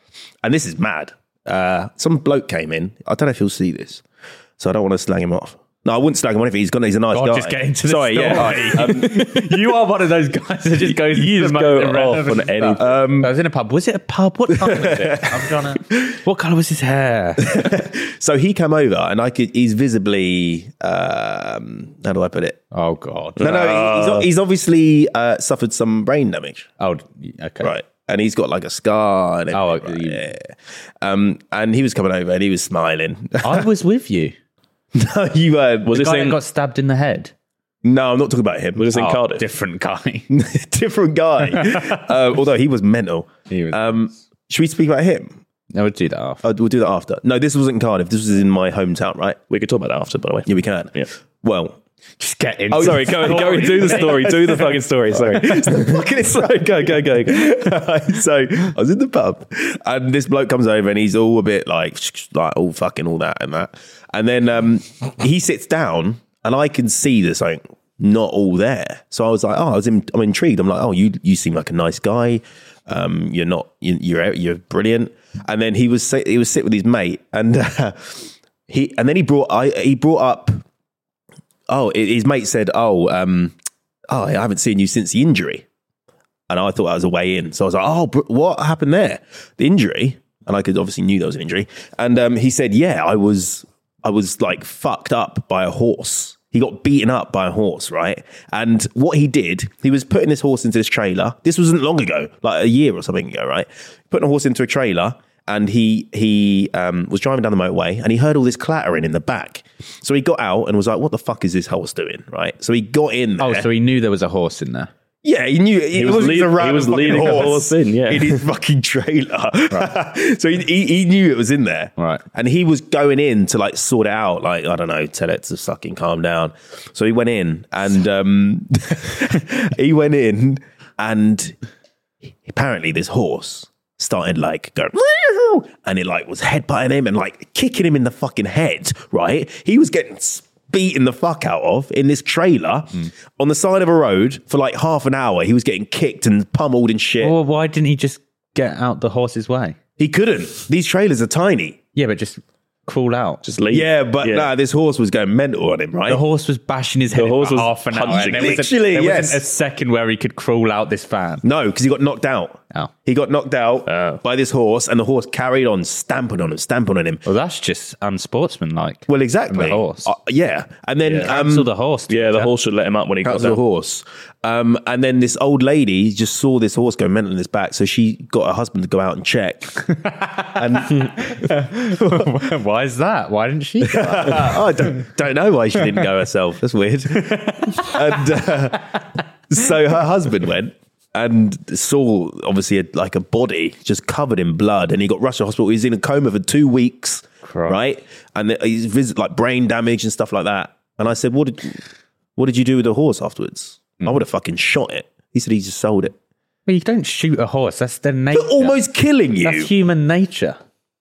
S1: and this is mad. Uh, some bloke came in. I don't know if he'll see this, so I don't want to slag him off. No, I wouldn't slag him off. He's got he's a nice
S2: God,
S1: guy.
S2: just get into the
S1: Sorry,
S2: story.
S1: yeah. Um, alright.
S2: you are one of those guys that just goes.
S3: You
S2: into
S3: just
S2: the
S3: go
S2: most
S3: off
S2: irrelevant
S3: on anything.
S2: stuff. Um, I was in a pub. Was it a pub? What time was it? I'm trying to. What color was his hair?
S1: So he came over, and I could. He's visibly. Um, how do I put it?
S2: Oh God.
S1: No, no. he- He's, o- he's obviously uh, suffered some brain damage,
S2: Oh, okay.
S1: right? And he's got like a scar. And
S2: Oh,
S1: everything,
S2: you-
S1: right? yeah. Um, and he was coming over, and he was smiling.
S2: I was with you.
S1: no, you uh,
S3: Was
S2: The
S3: this
S2: guy that
S3: in?
S2: got stabbed in the head.
S1: no, I'm not talking about him. Oh,
S3: Was this in Cardiff?
S2: Oh, Different guy.
S1: different guy. uh, although he was mental.
S2: He was-
S1: Um, should we speak about him?
S2: I would do that after.
S1: Uh, we'll do that after. No, this wasn't Cardiff. This was in my hometown, right?
S3: We could talk about that after, by the way.
S1: Yeah, we can.
S3: Yeah.
S1: Well,
S2: Just get in.
S1: Oh,
S3: Sorry, go, go and do the story. Do the fucking story. Sorry.
S1: fucking it's so go go go. go. so I was in the pub, and this bloke comes over, and he's all a bit like like all fucking all that and that, and then um, he sits down, and I can see there's like not all there. So I was like, oh, I was in, I'm intrigued. I'm like, oh, you you seem like a nice guy. Um, you're not you, you're you're brilliant. And then he was sit- he was sitting with his mate, and uh, he and then he brought I he brought up oh, i- his mate said, oh, um, oh, I haven't seen you since the injury. And I thought that was a way in. So I was like, oh, br- what happened there? The injury. And I could obviously knew there was an injury. And um, he said, yeah, I was, I was like fucked up by a horse. He got beaten up by a horse, right? And what he did, he was putting this horse into this trailer. This wasn't long ago, like a year or something ago, right? Putting a horse into a trailer, and he he um, was driving down the motorway, and he heard all this clattering in the back. So he got out and was like, "What the fuck is this horse doing?" Right? So he got in. There.
S2: Oh, so he knew there was a horse in there.
S1: Yeah, he knew he,
S3: was
S1: was,
S3: lead-
S1: a random
S3: he was
S1: fucking
S3: leading a
S1: horse,
S3: horse in, yeah.
S1: his fucking trailer. so he, he he knew it was in there,
S2: Right.
S1: And he was going in to like sort it out, like I don't know, tell it to fucking calm down. So he went in, and um, he went in, and apparently this horse started like going "Meow," and it like was headbutting him and like kicking him in the fucking head right he was getting s- beaten the fuck out of in this trailer
S2: Hmm.
S1: on the side of a road for like half an hour. He was getting kicked and pummeled and shit.
S2: Well, why didn't he just get out the horse's way?
S1: He couldn't. These trailers are tiny.
S2: Yeah, but just crawl out.
S3: Just leave.
S1: Yeah, but nah, this horse was going mental on him, right?
S2: the horse was bashing his head in
S3: horse
S2: for
S3: was
S2: half an hour.
S3: punching.
S2: and there wasn't-
S1: Literally,
S2: there
S1: yes.
S2: wasn't a second where he could crawl out this van.
S1: no, because he got knocked out.
S2: Oh.
S1: He got knocked out by this horse, and the horse carried on stamping on him, stamping on him.
S2: Well, that's just unsportsmanlike.
S1: Well, exactly.
S2: The horse.
S1: Uh, yeah, and then um,
S2: Cancel the horse.
S3: Yeah, the
S2: teacher.
S3: horse should let him up when he got
S1: That was a
S3: there.
S1: horse. Um, and then this old lady just saw this horse go mental in his back, so she got her husband to go out and check.
S2: why is that? Why didn't she?
S1: Ah, I don't don't know why she didn't go herself. That's weird. and uh, so her husband went and saw obviously a, like a body just covered in blood, and he got rushed to hospital. He was in a coma for two weeks, right? And the- he's visit like brain damage and stuff like that. And I said, "What did what did you do with the horse afterwards? I would have fucking shot it." He said he just sold it.
S2: well, you don't shoot a horse. That's their nature.
S1: But almost killing you.
S2: That's human nature.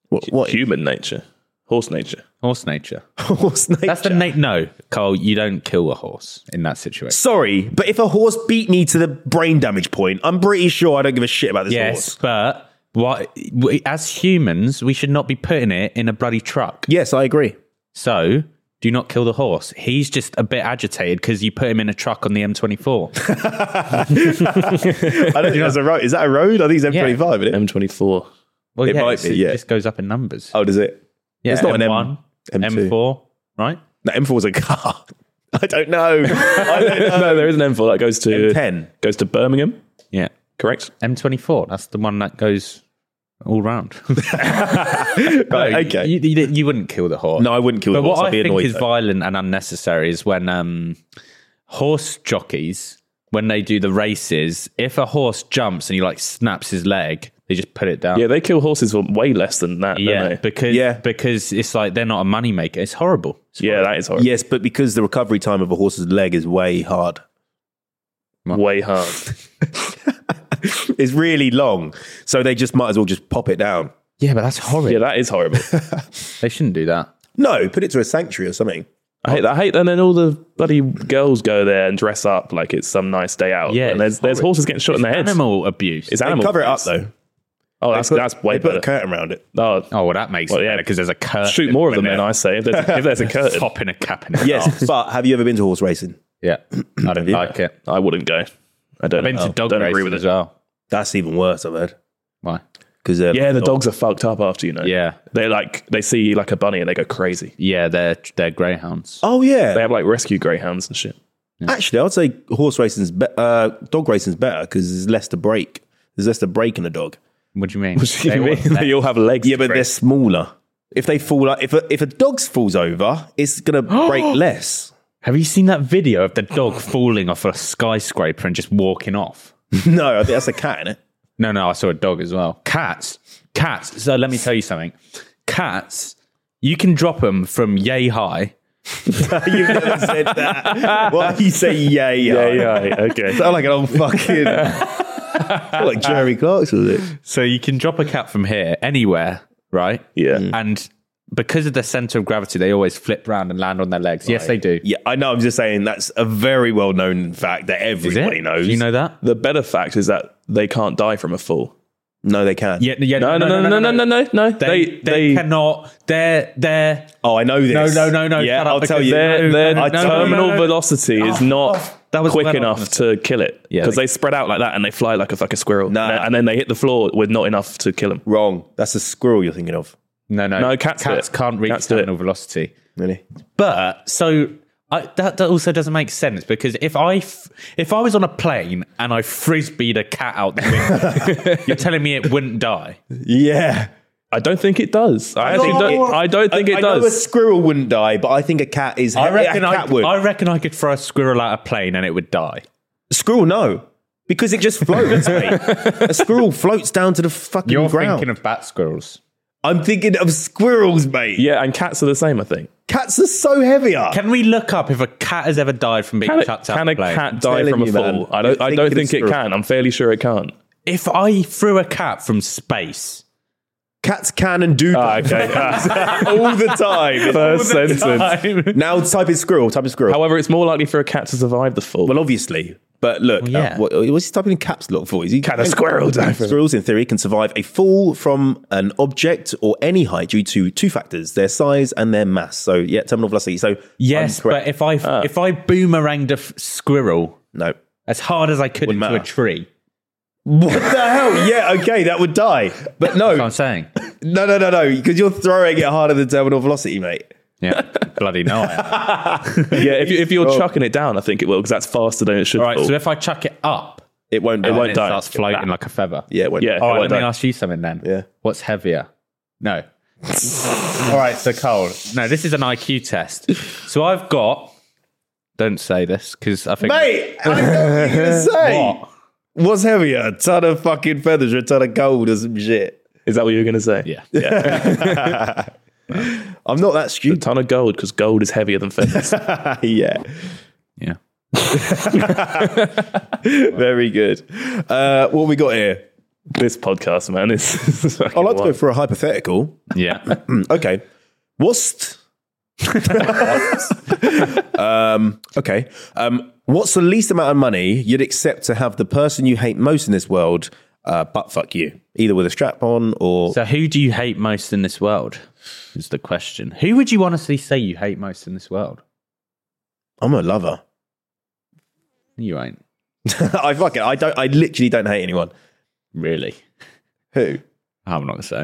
S1: What, what
S3: Human nature, horse nature.
S2: Horse nature.
S1: horse nature?
S2: That's the na- no, Carl. You don't kill a horse in that situation.
S1: Sorry, but if a horse beat me to the brain damage point, I'm pretty sure I don't give a shit about this
S2: Yes,
S1: horse.
S2: but what? We, as humans, we should not be putting it in a bloody truck.
S1: Yes, I agree.
S2: So do not kill the horse. He's just a bit agitated because you put him in a truck on the M24.
S1: I don't think that's a road. Is that a road? I think it's
S2: Yeah. Um,
S1: M25, isn't it?
S3: M24.
S2: Well,
S1: It
S2: yeah,
S1: might
S2: it's-
S1: be,
S2: It
S1: yeah.
S2: just goes up in numbers.
S1: Oh, does it?
S2: yeah,
S1: it's not an M-
S2: M1,
S1: M2.
S2: M4, right?
S1: No, M4's a car. I don't know. I don't know.
S3: No, there is an M4 that goes to
S1: M10.
S3: Goes to Birmingham,
S2: Yeah,
S3: correct?
S2: M24. That's the one that goes all round.
S1: Right, okay.
S2: you, you- you wouldn't kill the horse.
S1: no, I wouldn't kill
S2: But
S1: the horse.
S2: what
S1: I'd
S2: I
S1: be
S2: think
S1: annoyed.
S2: is
S1: though.
S2: violent and unnecessary is when um, horse jockeys, when they do the races, if a horse jumps and he like snaps his leg, they just put it down.
S3: Yeah, they kill horses for way less than that, don't
S2: Ah. Yeah,
S3: they?
S2: because
S1: Yeah.
S2: because it's like they're not a moneymaker. It's horrible.
S3: yeah, that is horrible.
S1: yes, but because the recovery time of a horse's leg is way hard.
S3: Way hard.
S1: It's really long. So they just might as well just pop it down.
S2: Yeah, but that's horrible.
S3: Yeah, that is horrible.
S2: They shouldn't do that.
S1: No, put it to a sanctuary or something.
S3: I hate that. I hate that. And then all the bloody girls go there and dress up like it's some nice day out.
S2: Yeah,
S3: and there's
S2: it's
S3: there's
S2: horrible.
S3: horses getting shot in the head.
S2: Animal abuse.
S3: It's
S1: They
S3: animal.
S1: cover it up
S3: abuse.
S1: though.
S3: Oh, that's
S1: They put-
S3: that's way
S1: they put a
S3: better.
S1: curtain around it.
S3: Oh,
S2: oh, well, that makes
S3: Well,
S2: it
S3: yeah.
S2: better because there's a curtain.
S3: shoot more of them
S2: when
S3: then. I say if there's if there's a
S2: they're
S3: curtain,
S2: Popping a cap in it.
S1: Yes, but have you ever been to horse racing?
S2: Yeah, I don't like it. Oh,
S3: I wouldn't go. I don't.
S2: I've been
S3: know.
S2: to dog
S3: don't
S2: races
S3: agree with
S2: as
S3: it.
S2: well.
S1: That's even worse. I've heard um,
S2: Why?
S1: because
S3: Yeah, the dogs are fucked up after you know.
S2: Yeah.
S3: they like they see like a bunny and they go crazy.
S2: Yeah, they're they're greyhounds.
S1: Oh yeah,
S3: They have like rescue greyhounds and shit.
S1: Actually, I'd say horse racing's be- uh, dog racing's better because there's less to break. There's less to break in a dog.
S2: What do you mean?
S3: They,
S2: They want that.
S3: all have legs.
S1: Yeah, but they're smaller. If they fall, o- if a, if a dog falls over, it's gonna break less.
S2: Have you seen that video of the dog falling off a skyscraper and just walking off?
S1: No, I think that's a cat in it.
S2: No, no, I saw a dog as well. Cats, cats. So let me tell you something. Cats, you can drop them from yay high.
S1: You've never said that. Why you say yay?
S3: yeah,
S1: yay.
S3: yeah. Okay.
S1: Sound like an old fucking like Jerry Clark's was it?
S2: So you can drop a cat from here anywhere, right?
S3: Yeah.
S2: And because of the center of gravity, they always flip round and land on their legs. Yes, they do.
S1: Yeah, I know. I'm just saying that's a very well known fact that
S2: Is it?
S1: everybody knows.
S2: Do you know that?
S3: The better fact is that they can't die from a fall.
S1: No, they can.
S2: Yeah, yeah.
S3: No, no, no, no, no, no, no, no.
S2: They, they, cannot. They're, they're.
S1: Oh, I know this.
S2: No, no, no, no.
S1: Yeah,
S2: shut up,
S1: I'll tell
S2: because
S1: you.
S2: no,
S3: their, their
S2: no, no, no,
S3: terminal
S2: no, no.
S3: velocity is
S2: Oh,
S3: not
S2: oh, that was
S3: quick
S2: well
S3: enough to kill it
S2: Yeah,
S3: because
S2: they-
S3: they spread out like that and they fly like a fucking squirrel
S1: Nah.
S3: and, and then they hit the floor with not enough to kill them.
S1: Wrong. That's a squirrel you're thinking of.
S2: No, no,
S3: No, cats do it.
S2: can't reach
S3: Cats do it.
S2: terminal velocity.
S1: Really?
S2: But so I, that, that also doesn't make sense because if I f- if I was on a plane and I frisbeed a cat out the window, you're telling me it wouldn't die.
S1: Yeah.
S3: I don't think it does. I,
S1: No.
S3: actually don't, I don't think
S1: I
S3: it
S1: know a
S3: does.
S1: squirrel wouldn't die, but I think a cat is.
S2: I reckon
S1: a
S2: I,
S1: cat would.
S2: I reckon I could throw a squirrel out a plane and it would die.
S1: squirrel, no, because it just floats. mate. A squirrel floats down to the fucking
S2: You're
S1: ground.
S2: thinking of bat squirrels.
S1: I'm thinking of squirrels, mate.
S3: Yeah, and cats are the same, I think.
S1: Cats are so heavier.
S2: Can we look up if a cat has ever died from being
S3: Can, it,
S2: chucked out of
S3: can a
S2: a plane?
S3: cat die
S1: telling
S3: from a
S1: you, man.
S3: fall? I don't,
S1: You're
S3: I don't
S1: thinking of
S3: think it
S1: squirrel.
S3: can. I'm fairly sure it can't.
S2: If I threw a cat from space
S1: Cats can and do
S3: Ah, okay. Ah,
S1: all the time.
S3: First
S1: All the
S3: sentence.
S1: time. Now type in squirrel. Type in squirrel.
S3: However, it's more likely for a cat to survive the fall.
S1: well, obviously. But look,
S2: Well, yeah.
S1: uh, what, what's he typing in caps lock for? Is he
S3: Can a squirrel die from it?
S1: Squirrels, in theory, can survive a fall from an object or any height due to two factors: their size and their mass. So, yeah, terminal velocity. So,
S2: Yes,
S1: I'm correct.
S2: but if I if I boomeranged a f- squirrel
S1: no.
S2: as hard as I could
S1: Wouldn't
S2: into a
S1: matter.
S2: tree,
S1: What the hell? Yeah, okay, that would die. But
S2: that's what
S1: no,
S2: I'm saying.
S1: no, no, no, no, because you're throwing it harder than terminal velocity, mate.
S2: Yeah, bloody no. I am.
S3: yeah, if, you, if you're chucking it down, I think it will because that's faster than it should.
S2: oh. All right,
S3: fall.
S2: so if I chuck it up,
S1: It won't.
S2: and
S1: die.
S2: then it
S3: Oh. die.
S2: starts floating like a feather.
S1: Yeah, it won't.
S3: yeah,
S2: All right,
S3: it
S2: let
S3: won't
S2: me
S3: die.
S2: ask you something then.
S1: Yeah.
S2: What's heavier? No. All right, so Cole. No, this is an IQ test. So I've got. Don't say this because I think.
S1: Mate, I know what you're gonna say.
S2: What?
S1: What's heavier? A ton of fucking feathers or a ton of gold or some shit?
S3: Is that what you were going to say?
S2: Yeah.
S1: I'm not that
S3: A
S1: stupid.
S3: ton of gold because gold is heavier than feathers.
S1: yeah.
S2: Yeah.
S1: Very good. Uh, what we got here?
S3: this podcast, man, is. is
S1: I'd like to go for a hypothetical.
S2: Yeah.
S1: Mm, okay. What's. um, okay. Um, what's the least amount of money you'd accept to have the person you hate most in this world uh, butt fuck you? Either with a strap on or.
S2: So, who do you hate most in this world? Is the question. Who would you honestly say you hate most in this world?
S1: I'm a lover.
S2: You ain't
S1: I fucking. I don't. I literally don't hate anyone.
S2: really.
S1: Who?
S2: I'm not gonna say.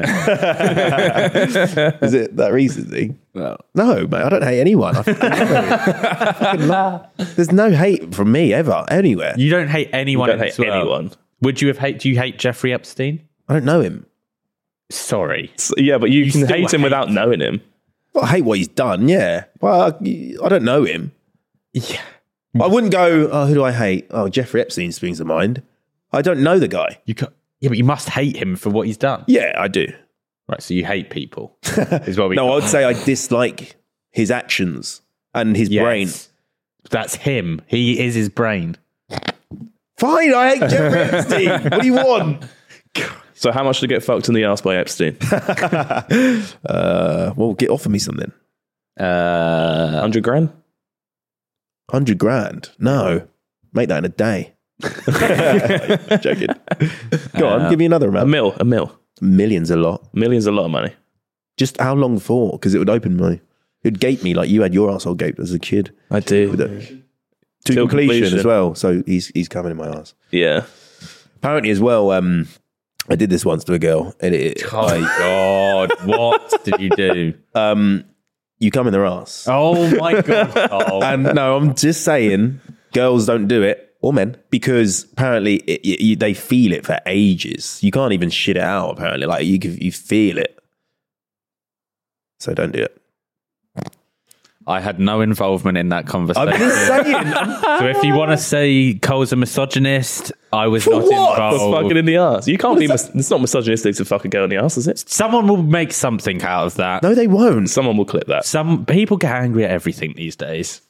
S1: Is it that reason thing?
S2: well,
S1: No, mate, I don't hate anyone. I fucking love everyone. I fucking love- There's no hate from me ever, anywhere.
S2: you don't hate anyone.
S3: don't
S2: in
S3: hate
S2: this world.
S3: anyone.
S2: Would you have hate? Do you hate Jeffrey Epstein?
S1: I don't know him.
S2: Sorry.
S3: yeah, but you, can
S2: still
S3: hate him
S2: hate
S3: without knowing him.
S1: Well, I hate what he's done, yeah. Well, I, I don't know him.
S2: Yeah.
S1: I wouldn't go, oh, who do I hate? Oh, Jeffrey Epstein springs to mind. I don't know the guy.
S2: You can Yeah, but you must hate him for what he's done.
S1: Yeah, I do.
S2: Right. So you hate people. is what we.
S1: No, I would say I dislike his actions and his
S2: Yes.
S1: brain.
S2: That's him. He is his brain.
S1: Fine, I hate Jeffrey Epstein. What do you want?
S3: So, how much to get fucked in the ass by Epstein?
S1: Uh, well, get offer me something.
S2: Uh,
S3: 100 grand?
S1: 100 grand. No, make that in a day. Joking. Go on, give me another
S3: A
S1: amount.
S3: mil, a mil.
S1: Millions a lot.
S3: Millions a lot of money.
S1: Just how long for? Because it would open my. It would gape me like you had your asshole gaped as a kid.
S3: I
S1: With
S3: do.
S1: the- to
S3: Till
S1: completion,
S3: completion.
S1: as well. So he's he's coming in my ass.
S3: Yeah.
S1: Apparently as well. Um, I did this once to a girl, and it,
S2: oh my God. What did you do?
S1: you come in their ass.
S2: Oh my God. Cole.
S1: And no, I'm just saying, girls don't do it or men because apparently it, it, you, they feel it for ages. You can't even shit it out. Apparently, like you can- you feel it. So don't do it.
S2: I had no involvement in that conversation.
S1: I'm just saying.
S2: So if you want to say Cole's a misogynist, I was not
S1: what? For
S3: That's
S2: involved.
S3: fucking in the ass. You can't be. Mis- it's not misogynistic to fuck a girl in the ass, is it?
S2: Someone will make something out of that.
S1: No, they won't.
S3: Someone will clip that.
S2: Some people get angry at everything these days,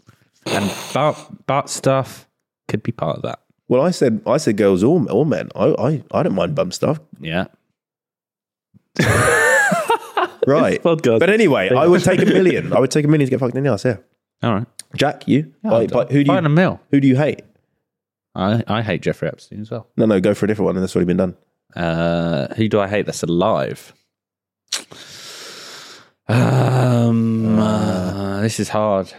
S2: and but but stuff could be part of that.
S1: Well, I said I said girls or, or men. I, I I don't mind bum stuff.
S2: Yeah.
S1: Right.
S3: podcast.
S1: But anyway, I would take a million. I would take a million to get fucked in the ass. Yeah.
S2: All right.
S1: Jack, you.
S2: Yeah,
S1: Like,
S2: I'd-
S1: like, who do
S2: Find a
S1: you
S2: mill.
S1: who do you hate?
S2: I, I hate Jeffrey Epstein as well.
S1: No, no, go for a different one, and that's already been done.
S2: Uh, who do I hate that's alive? Um, uh, this is hard.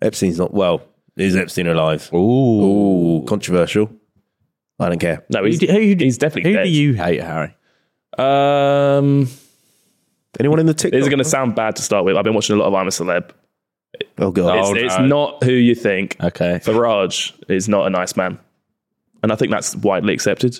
S1: Epstein's not well. Is Epstein alive?
S2: Ooh.
S1: Ooh, controversial. I don't care.
S3: No,
S2: Who
S3: he's,
S2: do, who do-
S3: he's definitely
S2: who
S3: dead.
S2: do you hate, Harry?
S3: Um,
S1: Anyone in the TikTok?
S3: this is going to sound bad to start with. I've been watching a lot of I'm a Celeb.
S1: oh god.
S3: It's,
S2: Oh,
S3: it's
S2: no.
S3: not who you think.
S2: Okay.
S3: Farage is not a nice man, and I think that's widely accepted.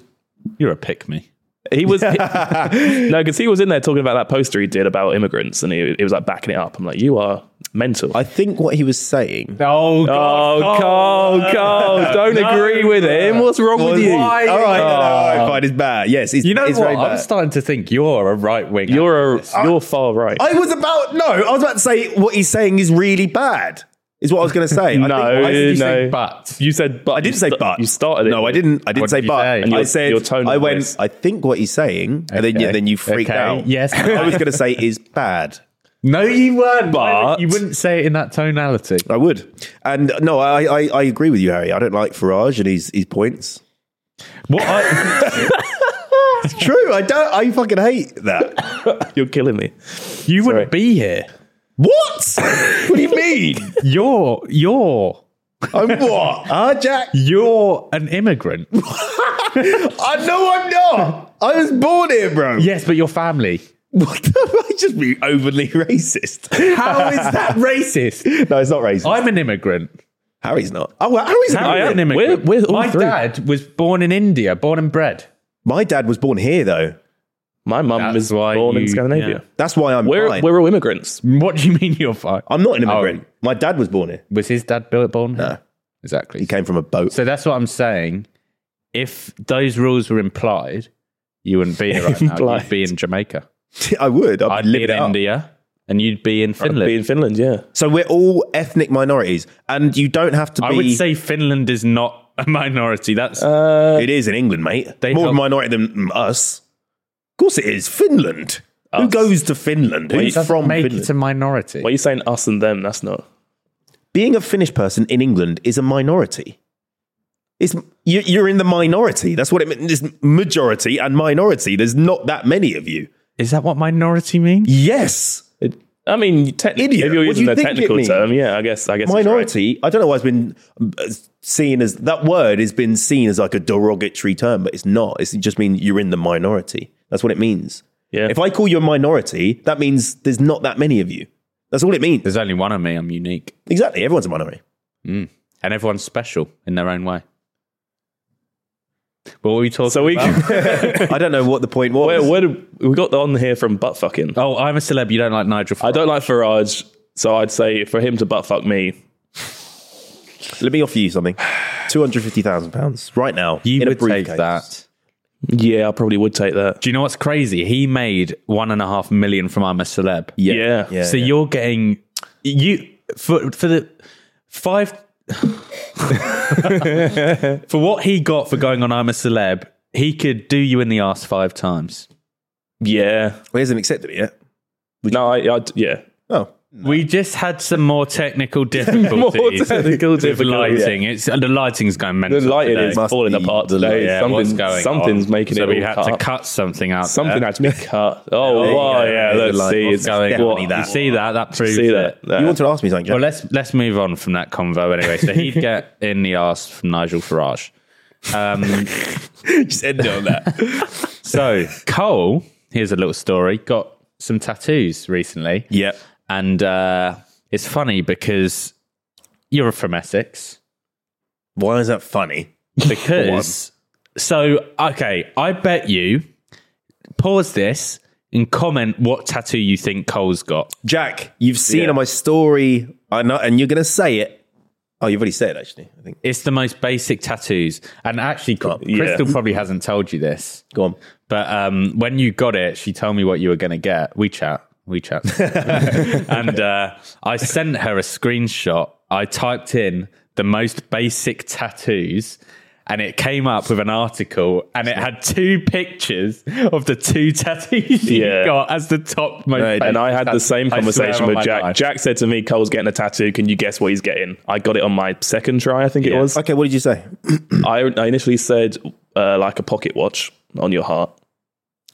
S2: You're a pick me.
S3: He was he- no, because he was in there talking about that poster he did about immigrants, and he, he was like backing it up. I'm like, you are mental.
S1: I think what he was saying.
S2: Oh,
S3: oh, Carl, Carl, don't agree with him. What's wrong with you? Oh.
S1: All right, no, no, all right, fine. It's bad. Yes, it's,
S2: You know
S1: it's
S2: what?
S1: very
S2: I'm
S1: bad.
S2: starting to think you're a right wing.
S3: You're a, you're far right.
S1: I was about no. I was about to say what he's saying is really bad. Is what I was going to say. I
S3: No,
S1: think- I
S3: no.
S1: think-
S2: but?
S3: You said, but
S1: I didn't say but.
S3: You started it.
S1: No, I didn't. I didn't
S2: What
S1: say
S2: did you
S1: but.
S2: say? And
S1: I
S3: your-
S1: said
S3: your tone
S1: I
S3: of
S1: went.
S3: voice.
S1: I think what he's saying, and then
S2: Okay.
S1: yeah, then you freaked
S2: Okay.
S1: out.
S2: Yes.
S1: I was going to say is bad.
S2: No, you weren't.
S3: But-
S2: you wouldn't say it in that tonality.
S1: I would. And no, I, I, I agree with you, Harry. I don't like Farage and his his points.
S2: What? I,
S1: It's true. I don't. I fucking hate that.
S3: You're killing me.
S2: you wouldn't
S3: Sorry.
S2: be here.
S1: What? what do you mean?
S2: You're you're
S1: I'm what? Huh, Jack?
S2: you're an immigrant.
S1: I know Ah, I'm not. I was born here, bro.
S2: yes, but your family.
S1: What the? I just be overly racist.
S2: How is that racist?
S1: No, it's not racist.
S2: I'm an immigrant.
S1: Harry's not. Oh, well, Harry's
S2: How
S1: not.
S2: is
S3: am.
S2: an immigrant?
S3: We're- we're all
S2: My
S3: three.
S2: dad was born in India, born and bred.
S1: My dad was born here, though.
S3: My mum
S2: That's
S3: was
S2: why
S3: born
S2: you-
S3: in Scandinavia.
S1: That's why I'm
S3: We're,
S1: fine.
S3: we're all immigrants.
S2: What do you mean you're fine?
S1: I'm not an
S2: Oh.
S1: immigrant. My dad was born here.
S2: Was his dad built born?
S1: No.
S2: exactly.
S1: He came from a boat.
S2: So that's what I'm saying. If those rules were implied, you wouldn't be here right now. You'd
S3: Implied.
S2: be in Jamaica.
S1: I would. I'd,
S2: I'd
S1: live
S2: be in
S1: it up.
S2: India, and you'd be in Finland.
S3: Be in Finland, yeah.
S1: So we're all ethnic minorities, and you don't have to be.
S2: I would say Finland is not a minority. That's
S1: Uh, it is in England, mate.
S2: They
S1: More
S2: help-
S1: minority than mm, us. Of course, it is Finland. Who
S3: Us.
S1: goes to Finland? Who's
S2: doesn't
S1: from
S2: make
S1: Finland?
S2: it a minority.
S3: Why are you saying us and them? That's not.
S1: Being a Finnish person in England is a minority. It's you, you're in the minority. That's what it means. It's majority and minority. There's not that many of you.
S2: Is that what minority means?
S1: Yes,
S3: It, I mean, technically,
S1: Idiot.
S3: if you're
S1: What do you
S3: using the
S1: think it
S3: technical
S1: means?
S3: term, yeah, I guess. I guess it's right.
S1: minority. I don't know why it's been uh, seen as that word has been seen as like a derogatory term, but it's not. It's, it just means you're in the minority. That's what it means.
S3: Yeah.
S1: If I call you a minority, that means there's not that many of you. That's all it means.
S2: There's only one of me. I'm unique,
S1: Exactly. Everyone's a minority.
S2: and everyone's special in their own way. What were we talking?
S3: So we,
S1: I don't know what the point
S3: where,
S1: was.
S3: where do, we got on here from butt fucking.
S2: oh, I'm a celeb. You don't like Nigel?
S3: I don't like Farage, so I'd say for him to butt fuck me,
S1: Let me offer you something. Two hundred fifty thousand pounds right now.
S2: You
S1: in
S2: would
S1: a briefcase.
S2: take that.
S3: yeah, I probably would take that.
S2: Do you know what's crazy? He made one and a half million from I'm a celeb.
S3: Yeah.
S1: Yeah.
S2: so you're getting you for for the five for what he got for going on I'm a celeb. He could do you in the ass five times.
S3: Yeah.
S1: Well, he hasn't accepted it yet.
S3: No, I, I'd, yeah.
S1: Oh,
S2: We just had some more technical difficulties.
S3: technical
S2: with
S3: difficulties.
S2: lighting. It's and the lighting's going mental.
S3: The lighting
S2: today.
S3: is
S1: Must
S3: falling
S1: be
S3: apart
S1: the
S3: today.
S1: light.
S2: Oh, Yeah,
S3: Something-
S2: what's going
S3: something's
S2: on?
S3: making
S2: so
S3: it
S2: we
S3: all
S2: had
S3: cut
S2: to
S3: up.
S2: cut something out.
S3: Something
S2: there.
S3: had to be cut. Oh,
S1: there you
S3: wow,
S1: go.
S3: yeah.
S1: There's the
S3: Let's
S1: line.
S3: see.
S1: What's
S3: It's
S2: going
S1: Definitely
S2: on.
S1: that.
S2: You see that? That proves
S3: See
S2: it.
S3: that? that.
S1: you want to ask me something? Jack?
S2: Well, let's let's move on from that convo anyway. So he'd get in the ass from Nigel Farage. Um,
S1: just end it on that.
S2: so Cole, here's a little story. Got some tattoos recently,
S1: yep.
S2: and uh, it's funny because you're from Essex.
S1: Why is that funny?
S2: Because so okay, I bet you pause this and comment what tattoo you think Cole's got.
S1: Jack, you've seen
S3: Yeah.
S1: on my story, I know, and you're going to say it. Oh, you've already said it, actually. I think.
S2: It's the most basic tattoos, and actually, Crystal probably hasn't told you this,
S1: Go on.
S2: but um, when you got it, she told me what you were going to get. We chat, we chat, and uh, I sent her a screenshot. I typed in the most basic tattoos. And it came up with an article, and it had two pictures of the two tattoos you
S3: Yeah.
S2: got as the top most.
S1: Right,
S3: and
S2: basic
S3: I had the
S2: tattoo.
S3: same
S2: I swear
S3: conversation
S2: on
S3: with
S2: my
S3: Jack.
S2: life.
S3: Jack said to me, Cole's getting a tattoo. Can you guess what he's getting? I got it on my second try, I think it
S2: Yeah.
S3: was.
S1: Okay, what did you say?
S3: I, I initially said, uh, like a pocket watch on your heart.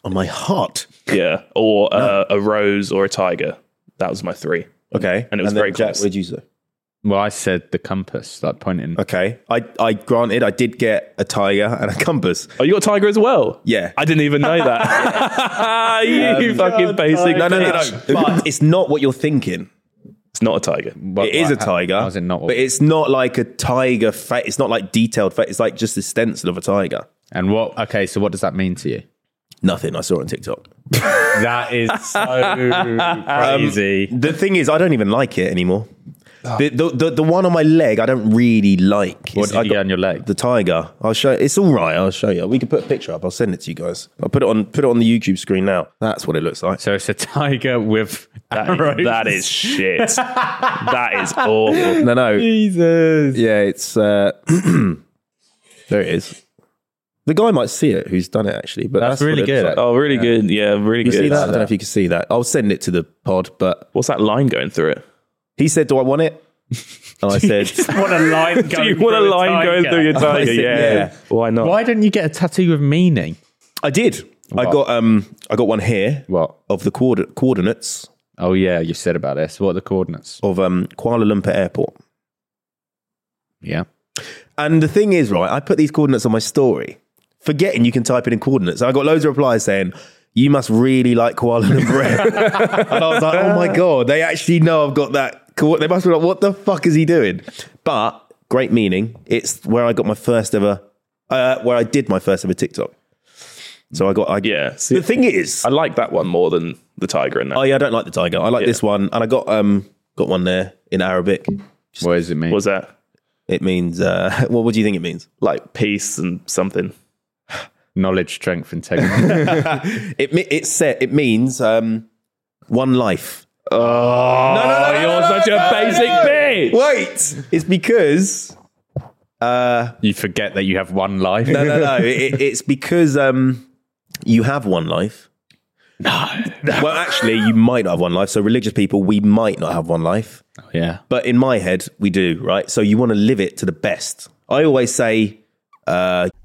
S1: On my heart.
S3: Yeah. Or uh, a rose or a tiger. That was my three.
S1: Okay.
S3: And it was
S1: then,
S3: very
S1: Jack,
S3: close.
S1: what did you say?
S2: Well, I said the compass, like pointing.
S3: Uh,
S1: Okay. I, I granted, I did get a tiger and a compass.
S3: Oh, you got tiger as well?
S1: Yeah. Um,
S3: I didn't even know that. you fucking basic.
S1: No, no, no, no.
S3: bitch.
S1: But it's not what you're thinking.
S3: It's not a tiger.
S2: But
S1: it is a
S2: like, how-
S1: tiger.
S2: How is it not?
S1: But it's not like a tiger fa It's not like detailed fa It's like just the stencil of a tiger.
S2: and what? Okay, so what does that mean to you?
S1: Nothing. I saw it on TikTok. Um,
S2: That is so crazy.
S1: The thing is, I don't even like it anymore. The, the, the, the one on my leg, I don't really like. It's-
S2: What did
S1: I
S2: you get on your leg?
S1: The tiger. I'll show. It's all right. I'll show you. We could put a picture up. I'll send it to you guys. I'll put it on. Put it on the YouTube screen now. That's what it looks like.
S2: So it's a tiger with
S3: That
S2: arrows.
S3: is, that is shit. that is awful.
S1: No, no.
S2: Jesus.
S1: Yeah, it's uh, there. It is. The guy might see it who's done it actually, but
S2: That's
S1: what
S2: really
S1: it
S2: good,
S1: looks like.
S3: Oh, really good. Yeah, really
S1: You
S3: good.
S1: see that? I don't know if you can see that. I'll send it to the pod. But
S3: What's that line going through it?
S1: he said, "Do I want it?" And I said,
S2: What a line
S3: Do you want a line going through your tiger?
S1: said,
S3: Yeah.
S1: yeah.
S3: Why not?
S2: Why didn't you get a tattoo with meaning?
S1: "I did." I
S2: What?
S1: got um, I got one here
S2: What?
S1: of the coord- coordinates
S2: Oh yeah, you said about this. What are the coordinates?
S1: of um Kuala Lumpur Airport.
S2: Yeah.
S1: And the thing is, right, I put these coordinates on my story, forgetting you can type in in coordinates. I got loads of replies saying, you must really like Kuala Lumpur. Airport." and I was like, oh my God, they actually know I've got that. co- They must be like, what the fuck is he doing? But great meaning. It's where I got my first ever, uh, where I did my first ever TikTok. So I got, I,
S3: Yeah. See,
S1: The thing is,
S3: I like that one more than the tiger in that.
S1: oh yeah, I don't like the tiger. I like this one. And I got, um, got one there in Arabic.
S2: What does it mean?
S3: What was that?
S1: It means, uh, well, what do you think it means?
S3: Like peace and something.
S2: Knowledge, strength, integrity.
S1: It me- it said it means um, one life.
S3: Oh, you're such a basic bitch.
S1: Wait, it's because
S2: you forget that you have one life.
S1: no, no, no. it, it- it's because um, you have one life. No. Well, actually, you might not have one life. So, religious people, we might not have one life,
S2: Yeah.
S1: but in my head, we do, right? So, you want to live it to the best. I always say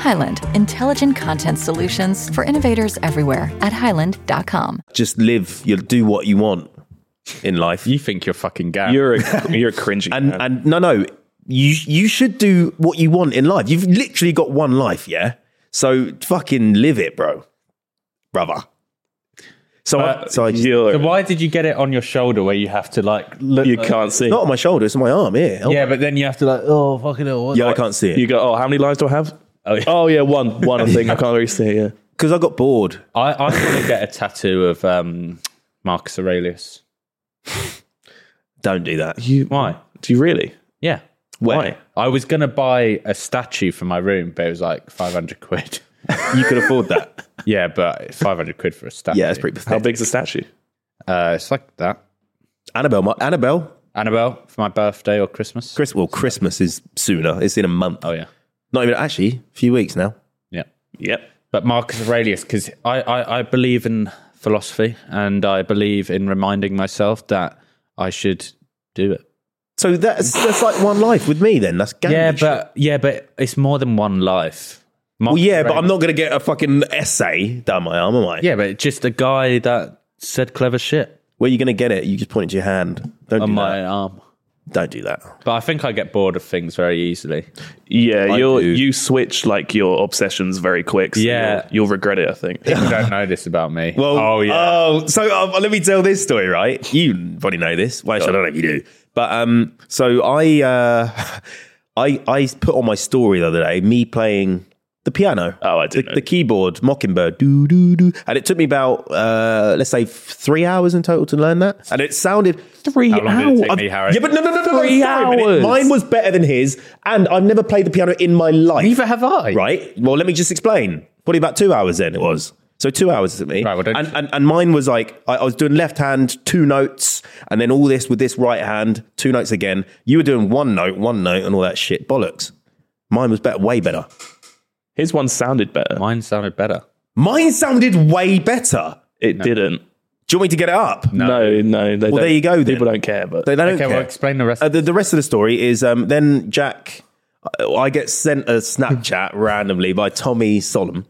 S6: Highland, intelligent content solutions for innovators everywhere at highland.com.
S1: just live. You'll do what you want in life.
S2: You think you're fucking gay.
S3: You're a you're a cringy.
S1: and
S3: man.
S1: and no no you you should do what you want in life you've literally got one life yeah so fucking live it bro brother so
S2: Uh,
S1: I, so I just,
S3: you're,
S2: so why did you get it on your shoulder where you have to like look?
S3: you can't see.
S1: uh, not on my shoulder it's on my arm here oh, yeah,
S2: yeah, but then you have to like, oh fucking hell. what-
S1: I can't see
S3: You
S1: it
S3: go. Oh, how many lives do I have? Oh yeah, one, one. I think I can't really see. it,
S1: because I got bored
S2: I I want to get a tattoo of um, Marcus Aurelius.
S1: don't do that
S3: Yeah. You why? Do you really?
S2: Yeah.
S3: Why?
S2: I was gonna buy a statue for my room, but it was like five hundred quid.
S1: you could afford that
S2: Yeah, but five hundred quid for a statue.
S1: yeah that's pretty
S3: How
S1: pathetic
S3: big's the statue?
S2: Uh, it's like that.
S1: Annabelle my, Annabelle
S2: Annabelle for my birthday or Christmas.
S1: Chris well Christmas is sooner it's in a month
S2: Oh yeah,
S1: not even actually a few weeks now
S2: yeah.
S3: Yep.
S2: But Marcus Aurelius, because I, I I believe in philosophy and I believe in reminding myself that I should do it.
S1: so that's that's like one life with me then that's
S2: yeah,
S1: gambling shit.
S2: but yeah, but it's more than one life.
S1: well yeah but I'm not gonna get a fucking essay down my arm am I
S2: Yeah, but just a guy that said clever shit
S1: Where are you going to get it? You just point it to your hand. Don't
S2: on
S1: do
S2: my
S1: that.
S2: arm.
S1: Don't do that.
S2: But I think I get bored of things very easily.
S3: Yeah,
S1: I
S3: you
S1: do.
S3: you switch like your obsessions very quick. So
S2: Yeah.
S3: you'll, you'll regret it. I think.
S2: People don't know this about me.
S1: Well,
S2: oh yeah,
S1: Oh, so uh, let me tell this story, right? You probably know this. Well, actually, I don't know if you do. But um, so I, uh, I, I put on my story the other day me playing the piano.
S3: Oh, I do
S1: The,
S3: know.
S1: the keyboard, Mockingbird, do do do, and it took me about uh, let's say f- three hours in total to learn that, and it sounded three
S2: How long did it take
S1: hours.
S2: me, Harry?
S1: Yeah, but no, no, no, no, no,
S2: Three
S1: sorry, but it-
S2: hours.
S1: Mine was better than his, and I've never played the piano in my life.
S2: neither have I.
S1: right? Well, let me just explain. Probably about two hours then it was. So two hours at me.
S2: Right, well, don't-
S1: and, and, and mine was like, I, I was doing left hand, two notes, and then all this with this right hand, two notes again. You were doing one note, one note, and all that shit. Bollocks. Mine was better, way better.
S3: His one sounded better.
S2: Mine sounded better.
S1: Mine sounded way better.
S3: It didn't.
S1: Do you want me to get it up?
S3: No, no. they
S1: Well, there you go then.
S3: People don't care, but
S1: They, they don't
S2: okay,
S1: care.
S2: well, explain the rest.
S1: Uh, the, the rest of the story is um, then Jack. I- I get sent a Snapchat randomly by Tommy Solom,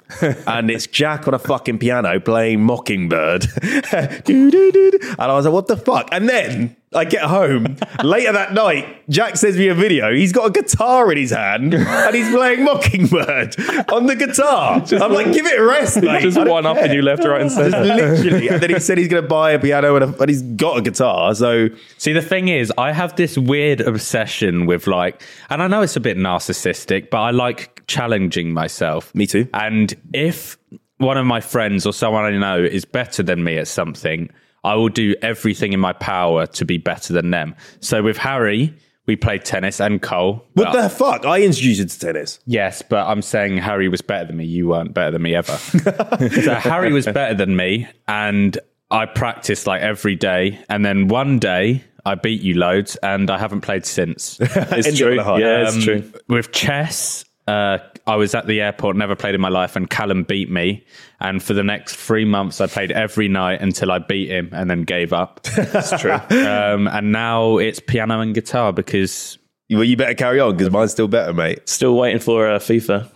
S1: and it's Jack on a fucking piano playing Mockingbird. Doo-doo-doo-doo. and I was like, what the fuck? And then I get home later that night. Jack sends me a video. He's got a guitar in his hand and he's playing Mockingbird on the guitar. I'm like, give it a rest, mate.
S3: just
S1: I don't
S3: one up and you left, right, and
S1: Just
S3: centre.
S1: literally. And then he said he's going to buy a piano and, a, and he's got a guitar. So
S2: See, the thing is, I have this weird obsession with like, and I know it's a bit narcissistic, but I like challenging myself.
S1: Me too.
S2: And if one of my friends or someone I know is better than me at something, I will do everything in my power to be better than them. So with Harry, we played tennis and Cole.
S1: what
S2: but-
S1: the fuck? I introduced you to tennis.
S2: Yes, but I'm saying Harry was better than me. You weren't better than me ever. so Harry was better than me, and I practiced like every day. And then one day I beat you loads, and I haven't played since.
S3: It's
S1: End it
S3: true.
S1: on a high.
S3: Yeah, it's true.
S2: With chess, uh, I was at the airport, never played in my life, and Callum beat me. And for the next three months, I played every night until I beat him, and then gave up. That's true. um, and now it's piano and guitar because
S1: Well, you better carry on because mine's still better, mate.
S3: Still waiting for uh, FIFA.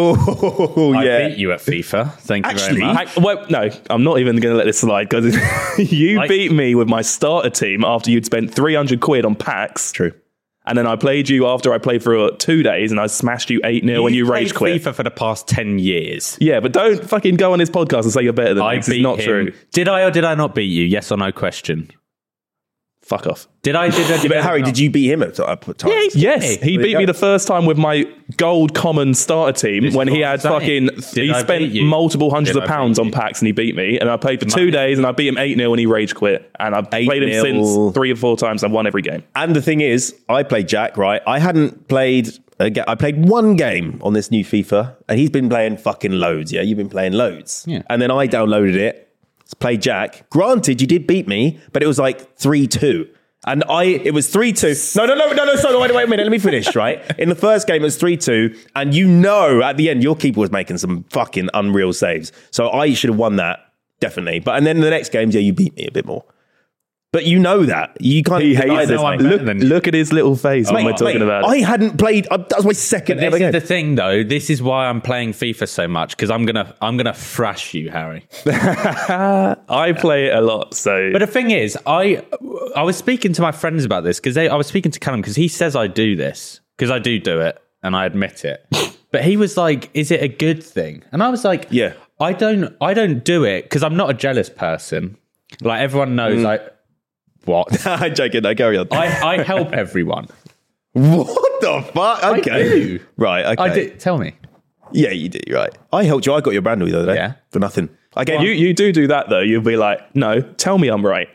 S1: Oh,
S2: I
S1: yeah.
S2: beat you at FIFA. Thank you
S1: Actually,
S2: very much.
S3: I, well, no, I'm not even going to let this slide because you
S2: Like-
S3: beat me with my starter team after you'd spent 300 quid on packs.
S1: True.
S3: And then I played you after I played for uh, two days and I smashed you 8 0 and you
S2: played
S3: rage quit.
S2: FIFA for the past ten years.
S3: Yeah, but don't fucking go on his podcast and say you're better than me.
S2: I
S3: 'cause
S2: beat
S3: It's not
S2: him.
S3: true.
S2: Did I or did I not beat you? Yes or no question.
S3: Fuck off.
S2: Did I? Did I? Did
S1: But Harry, did you beat him at at times?
S3: Yes, he
S1: There you
S3: beat
S1: go.
S3: me the first time with my gold common starter team
S2: This is
S3: when he
S2: what I'm
S3: had
S2: saying.
S3: fucking.
S2: Did
S3: he
S2: I beat
S3: spent
S2: you?
S3: multiple hundreds
S2: Did
S3: of
S2: I beat
S3: pounds on
S2: you?
S3: packs and he beat me. And I played for two days and I beat him 8 0 and he rage quit. And I've played him
S1: 8-0.
S3: since three or four times. I've won every game.
S1: And the thing is, I played Jack, right? I hadn't played. A ga- I played one game on this new FIFA, and he's been playing fucking loads. Yeah, you've been playing loads.
S2: Yeah.
S1: And then I downloaded it, played Jack. Granted, you did beat me, but it was like three two. And I, it was three two. No, no, no, no, no. Sorry, wait, wait a minute. Let me finish. Right, in the first game, it was three two, and you know, at the end, your keeper was making some fucking unreal saves. So I should have won that definitely. But and then the next games, yeah, you beat me a bit more. But you know that you can't.
S3: He
S1: deny
S3: hates
S2: know
S3: this.
S2: I'm better
S3: Look,
S2: than you.
S3: look at his little face Oh
S1: Mate,
S3: when we're talking
S1: mate,
S3: about
S1: I
S3: it.
S1: hadn't played. Uh, that was my second
S2: This
S1: ever
S2: is
S1: game.
S2: the thing, though. This is why I'm playing FIFA so much because I'm gonna I'm gonna thrash you, Harry.
S3: I play it a lot, so
S2: But the thing is, I I was speaking to my friends about this because I was speaking to Callum because he says I do this because I do do it and I admit it. but he was like, "Is it a good thing?" And I was like,
S1: Yeah.
S2: I don't I don't do it because I'm not a jealous person. Like everyone
S3: Mm.
S2: knows, like what."
S1: I'm joking. No, carry on.
S2: I, I help everyone.
S1: what the fuck? Okay.
S2: do.
S1: Right. Okay.
S2: I did. Tell me.
S1: Yeah, you do. Right. I helped you. I got your brand the other day.
S2: Yeah.
S1: For nothing. I gave
S3: you,
S1: you.
S3: you do do that though. You'll be like, no, tell me I'm right.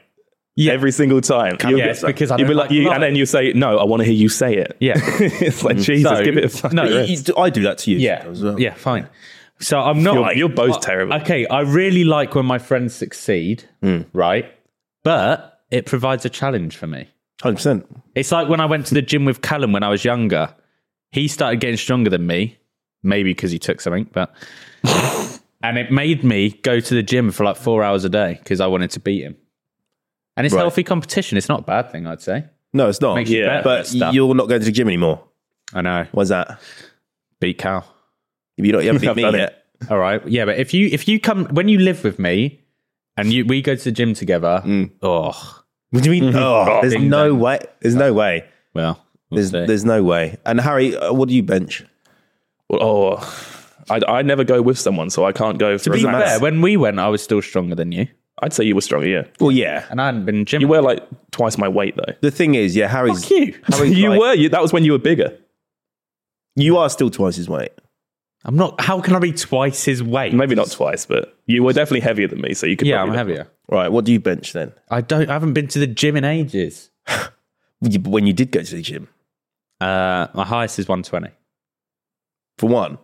S2: Yeah.
S3: Every single time. You'll
S2: yeah, it's because I
S3: you'll be
S2: don't
S3: like,
S2: like
S3: you,
S2: love.
S3: and then you say, no, I want to hear you say it.
S2: Yeah. Mm.
S3: it's like, Jesus,
S2: So-
S3: give it a fucking
S2: no,
S3: no,
S2: you-
S1: you do- I do that to you.
S2: Yeah.
S1: As well.
S2: Yeah. Fine. So I'm not.
S3: You're- you're both terrible. Hmm.
S2: Okay. I really like when my friends succeed. Right. But it provides a challenge for me.
S1: Hundred percent.
S2: It's like when I went to the gym with Callum when I was younger. He started getting stronger than me, maybe because he took something, but. and it made me go to the gym for like four hours a day because I wanted to beat him. And it's
S1: Right.
S2: healthy competition. It's not a bad thing, I'd say.
S1: No, it's not.
S2: Makes you better at
S1: But
S2: stuff.
S1: you're not going to the gym anymore.
S2: I know.
S1: Why's that?
S2: Beat Cal.
S1: You, don't, you haven't beat
S3: I've
S1: me
S3: done
S1: yet.
S2: All right. Yeah, but if you if you come when you live with me and you we go to the gym together, oh
S1: What do you mean? Oh, there's
S2: Ding
S1: no way. There's no way.
S2: well. we'll
S1: There's
S2: see.
S1: there's no way. And Harry, uh, what do you bench?
S3: Oh, I, I never go with someone, so I can't go. For
S2: to be
S3: example.
S2: fair, when we went, I was still stronger than you.
S3: I'd say you were stronger, yeah.
S1: Well, yeah.
S2: And I hadn't been gym.
S3: You were like twice my weight, though.
S1: The thing is, yeah, Harry's.
S2: Fuck you.
S1: Harry's
S3: you
S1: like-
S3: were. You, that was when you were bigger.
S1: You are still twice his weight.
S2: I'm not how can I be twice his weight?
S3: Maybe not twice, but you were definitely heavier than me, so you could
S2: Yeah, I'm
S3: probably
S2: heavier.
S1: Right. What do you bench then?
S2: I don't I haven't been to the gym in ages.
S1: You- When you did go to the gym
S2: Uh my highest is one twenty.
S1: for one.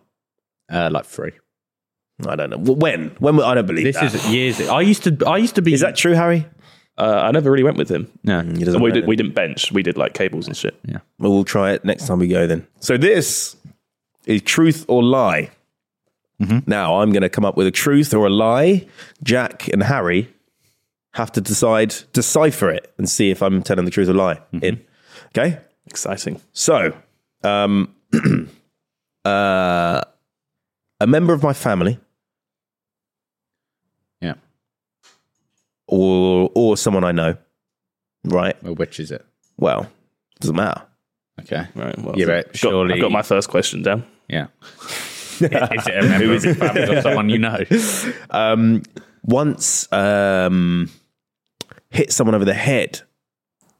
S2: Uh like three.
S1: I don't know. When? When? were- I don't believe
S2: This
S1: that.
S2: is years I used to I used to be
S1: Is that true, Harry?
S3: Uh, I never really went with him.
S2: No.
S1: He doesn't
S3: We,
S1: know
S3: did,
S1: then.
S3: we didn't bench. We did like cables and shit.
S1: Well, we'll try it next time we go then. So this is truth or lie. Now I'm going to come up with a truth or a lie. Jack and Harry have to decide, decipher it, and see if I'm telling the truth or lie. In okay,
S3: Exciting.
S1: so um, uh, a member of my family
S2: Yeah.
S1: or or someone I know, right?
S2: Well, which is it?
S1: Well, doesn't matter.
S2: Okay.
S3: Right. Well,
S2: Yeah, but
S3: I've got-
S2: surely-
S3: I've got my first question down.
S2: Yeah. is it a member of your family or someone you know?
S1: um, once um, hit someone over the head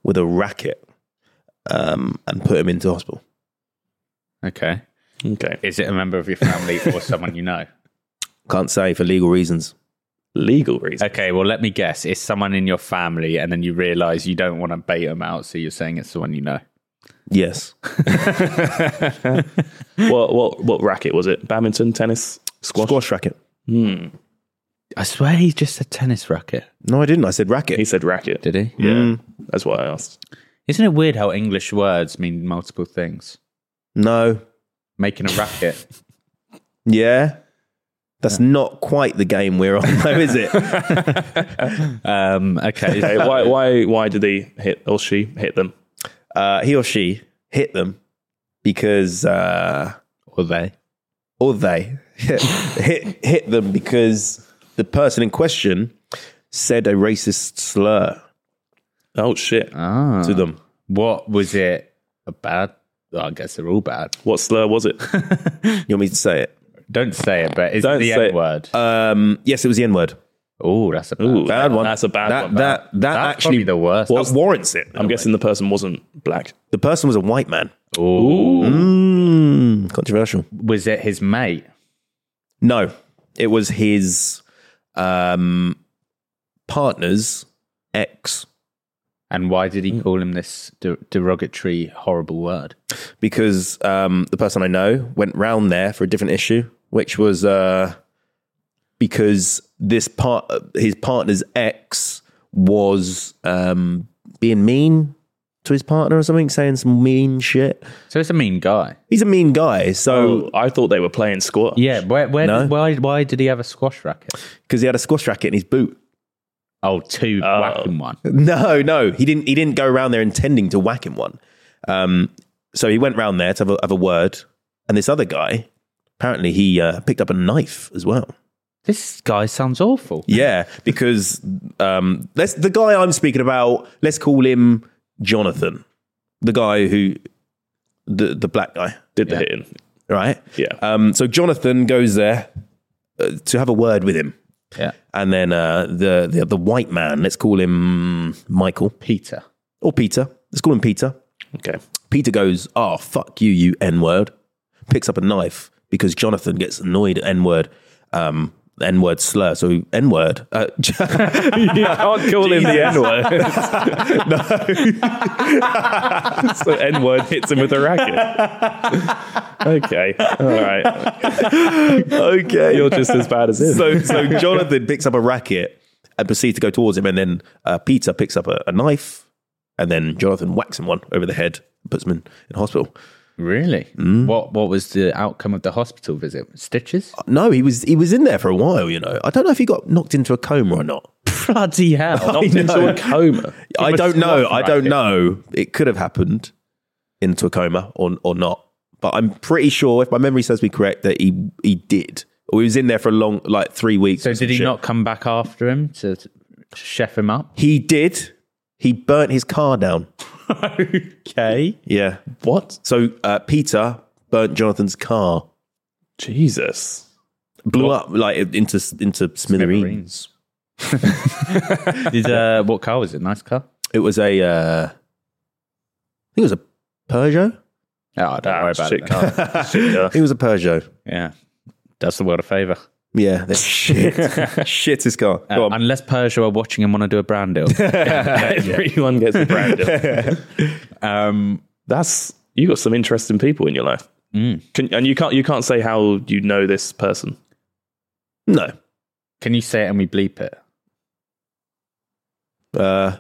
S1: with a racket um, and put him into hospital.
S2: Okay.
S3: Okay.
S2: Is it a member of your family or someone you know?
S1: Can't say for legal reasons.
S3: Legal reason.
S2: Okay, well, let me guess. It's someone in your family, and then you realize you don't want to bait them out, so you're saying it's someone you know.
S1: Yes.
S3: what what what racket was it? Badminton, tennis,
S1: Squash,
S3: squash.
S1: racket.
S2: I swear he just said tennis racket.
S1: No, I didn't. I said racket.
S3: He said racket.
S2: Did he? Mm.
S3: Yeah. That's what I asked.
S2: Isn't it weird how English words mean multiple things?
S1: no.
S2: Making a racket.
S1: Yeah. That's not quite the game we're on, though, is it?
S2: um, okay.
S3: Okay. why why why did he hit or she hit them?
S1: uh, he or she hit them because, uh,
S2: Or they.
S1: or they hit, hit them because the person in question said a racist slur
S3: Oh shit!
S2: Ah.
S1: to them.
S2: What was it? A bad? Well, I guess they're all bad.
S3: What slur was it?
S1: You want me to say it?
S2: Don't say it, but is it
S3: Don't
S2: the
S3: say
S2: N
S3: it. Uh,
S2: word?
S1: Um, yes, it was the N word.
S2: oh, that's a bad,
S3: Ooh,
S1: Bad one.
S3: That's a bad
S1: that,
S3: one.
S1: That that,
S2: That's
S1: actually
S2: probably the worst.
S1: was, warrants it.
S3: I'm guessing the person wasn't black.
S1: the person was a white man.
S2: Ooh.
S1: Mm, controversial.
S2: Was it his mate?
S1: No, it was his um, partner's ex
S2: And why did he call him this de- derogatory, horrible word?
S1: because um, the person I know went round there for a different issue, which was uh, because this part his partner's ex was um, being mean to his partner or something, saying some mean shit.
S2: So it's a mean guy.
S1: He's a mean guy, so
S3: Oh, I thought they were playing squash.
S2: Yeah. Where? Where?
S1: No.
S2: Why? Why did he have a squash racket?
S1: because he had a squash racket in his boot.
S2: Oh, two
S3: Oh.
S2: whacking one.
S1: No, no, he didn't. He didn't go around there intending to whack him one. Um, so he went round there to have a, have a word, and this other guy apparently he uh, picked up a knife as well.
S2: This guy sounds awful.
S1: Yeah, because um, let's the guy I'm speaking about. Let's call him Jonathan, the guy who the the black guy,
S3: Did the
S2: Yeah.
S3: hitting?
S1: right?
S3: Yeah.
S1: Um, so Jonathan goes there uh, to have a word with him,
S2: Yeah.
S1: and then uh, the, the the white man. Let's call him Michael.
S2: Peter.
S1: or Peter. Let's call him Peter.
S3: Okay.
S1: Peter goes, "Ah, fuck you, you N word." Picks up a knife because Jonathan gets annoyed at N word, um, N word slur. So N word. Uh,
S3: I can't call him the N word. no. so N word hits him with a racket. Okay. All right.
S1: okay,
S3: You're just as bad as him.
S1: so so Jonathan picks up a racket and proceeds to go towards him, and then uh, Peter picks up a, a knife, and then Jonathan whacks him one over the head, puts him in, in hospital.
S2: Really? What? What was the outcome of the hospital visit? Stitches?
S1: No, he was he was in there for a while. You know, I don't know if he got knocked into a coma or not.
S2: Bloody hell!
S3: Knocked into a coma.
S1: I don't know. I
S2: squash
S1: don't
S2: racket.
S1: know. It could have happened into a coma or or not. But I'm pretty sure, if my memory serves me correct, that he he did. Or he was in there for a long, like three weeks.
S2: so
S1: or some
S2: did he
S1: shit.
S2: not come back after him to to chef him up?
S1: He did. He burnt his car down.
S2: okay.
S1: Yeah.
S3: What?
S1: So uh, Peter burnt Jonathan's car,
S3: Jesus.
S1: blew up like into into smithereens.
S2: Marines. did uh, what car was it? Nice car.
S1: It was a, uh, I think it was a Peugeot.
S2: Oh, don't
S3: Ah,
S2: worry about
S3: shit
S2: it. then.
S3: car. Shit car.
S1: It was a Peugeot.
S2: Yeah, does the world a favour.
S1: Yeah, that's shit. shit his car. Go
S2: Uh,
S1: on.
S2: unless Persia are watching and want to do a brand deal.
S3: Everyone gets a brand deal.
S2: um, Mm.
S3: That's you got some interesting people in your life. Can, and you can't you can't say how you know this person.
S1: no.
S2: can you say it and we bleep it?
S1: Uh,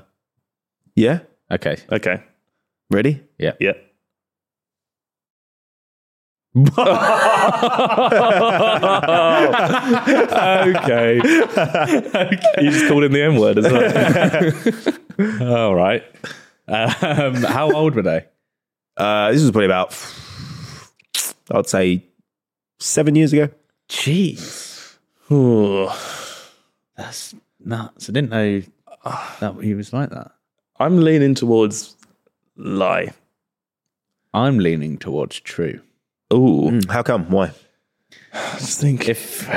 S1: yeah.
S2: Okay.
S3: Okay.
S1: Ready?
S3: Yeah.
S2: Oh.
S3: okay. You just called him the N word as well.
S2: All right. Um, how old were they?
S1: Uh, this was probably about, I'd say, seven years ago.
S2: Jeez.
S3: Ooh.
S2: That's nuts. I didn't know that he was like that.
S3: I'm leaning towards lie.
S2: I'm leaning towards true.
S3: Ooh.
S1: How come? Why?
S3: I just think
S2: Mm. If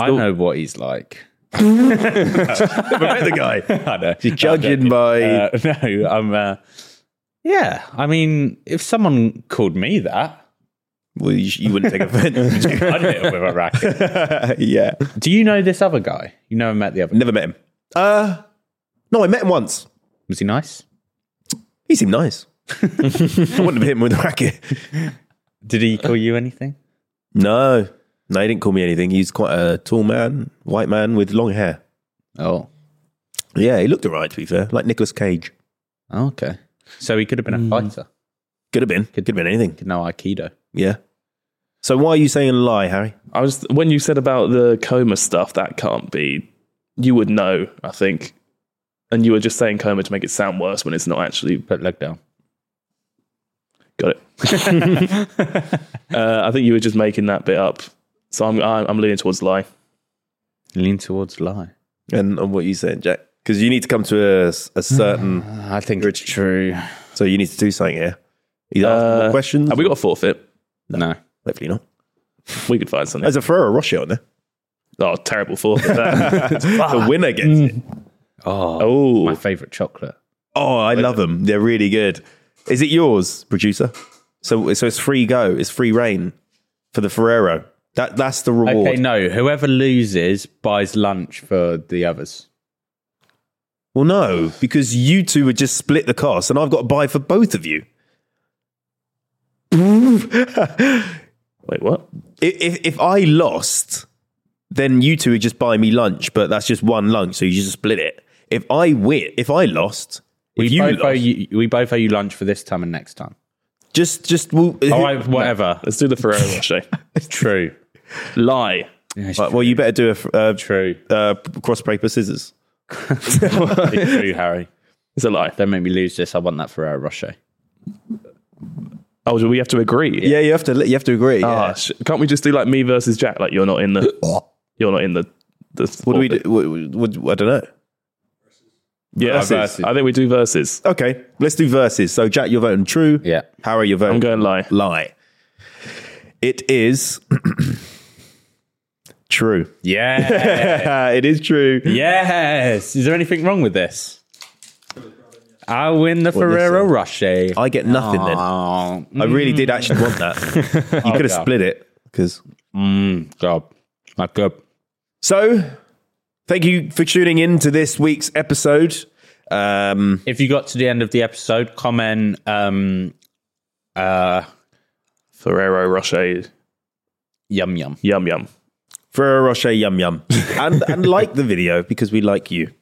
S2: I know what he's like.
S1: Met the guy.
S2: I know.
S1: Judging by
S2: Uh, no, I'm. Uh, yeah, I mean, if someone called me that,
S1: well, you, you wouldn't take offense.
S2: I'd hit him with a racket.
S1: yeah,
S2: Do you know this other guy? You never met the other.
S1: never met him. Uh, no, I met him once.
S2: Was he nice?
S1: He seemed nice. I wouldn't have hit him with a racket.
S2: Did he call you anything?
S1: No, no, he didn't call me anything. He's quite a tall man, white man with long hair.
S2: Oh,
S1: Yeah, he looked alright. To be fair, like Nicolas Cage.
S2: Oh, okay. Hmm. So he could have been a fighter.
S1: Could have been. Could have been anything.
S2: Could know aikido.
S1: Yeah. So why are you saying a lie, Harry?
S3: I was when you said about the coma stuff, that can't be. You would know, I think. And you were just saying coma to make it sound worse when it's not actually.
S2: Put leg down.
S3: Got it. uh, I think you were just making that bit up. So I'm I'm, I'm leaning towards lie.
S2: Lean towards lie.
S1: And, and what are you saying, Jack? Because you need to come to a, a certain.
S2: I think it's true.
S1: so you need to do something here. Either ask more
S3: Uh,
S1: questions.
S3: Have we got a forfeit?
S2: No.
S1: Hopefully not.
S3: We could find something.
S1: There's a Ferrero Rocher on there.
S3: Oh, terrible forfeit. that.
S1: The winner gets it.
S2: Oh,
S3: oh,
S2: my favorite chocolate.
S1: Oh, I love them. They're really good. Is it yours, producer? So, so it's free go. It's free reign for the Ferrero. That that's the reward.
S2: Okay, no. Whoever loses buys lunch for the others.
S1: Well, no, because you two would just split the cost, and I've got to buy for both of you.
S3: wait, what?
S1: If, if if I lost, then you two would just buy me lunch, but that's just one lunch, so you just split it. If I win, if I lost,
S2: We
S1: if you
S2: both,
S1: lost,
S2: owe you, we both owe you lunch for this time and next time.
S1: just just well,
S2: All right, whatever.
S3: Let's do the Ferrero Rocher.
S2: It's true.
S3: lie.
S1: Right, well, you better do a f- uh,
S2: True.
S1: uh, cross paper scissors.
S2: It's true, Harry.
S3: It's a lie.
S2: Don't make me lose this. I want that uh, Ferrero Rocher.
S3: Oh, do we have to agree?
S1: Yeah, you have to you have to
S2: Oh,
S1: agree. yeah.
S3: Ah, sh- can't we just do like me versus Jack? Like you're not in the. You're not in the. the
S1: What do we do? What, what, what- I don't know.
S3: Yeah,
S2: Versus.
S3: versus. I think we do verses.
S1: Okay, let's do verses. So, Jack, you're voting true.
S2: Yeah.
S1: Harry, you're voting
S3: I'm going lie.
S1: lie. It is true.
S2: Yeah.
S1: it is true.
S2: yes. Is there anything wrong with this? I win the Ferrero Rocher.
S1: I get nothing
S2: Oh,
S1: then. I really did actually want that. you could have
S2: God.
S1: split it because.
S2: mm, God. My God.
S1: So, thank you for tuning in to this week's episode. Um,
S2: If you got to the end of the episode, comment. Um, uh,
S3: Ferrero Rocher,
S2: yum yum.
S3: yum yum.
S1: Ferrero Rocher, yum yum, and and like the video because we like you.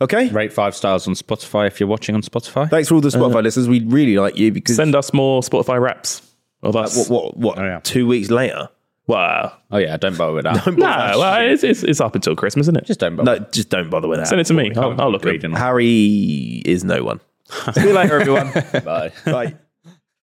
S1: Okay.
S2: Rate five stars on Spotify if you're watching on Spotify.
S1: Thanks for all the Spotify listeners. We really like you because
S3: Uh-huh. Send us more Spotify raps of us.
S1: what what, what
S2: Oh, yeah.
S1: two weeks later.
S3: wow.
S2: Oh yeah, don't bother with that.
S3: No, well, it's, it's, it's up until Christmas, isn't it?
S2: Just don't bother.
S1: No, just don't bother with that.
S3: Send it to me. I'll, I'll look at it.
S2: reading.
S1: Harry is no one.
S2: See you later, everyone. Bye.
S1: Right.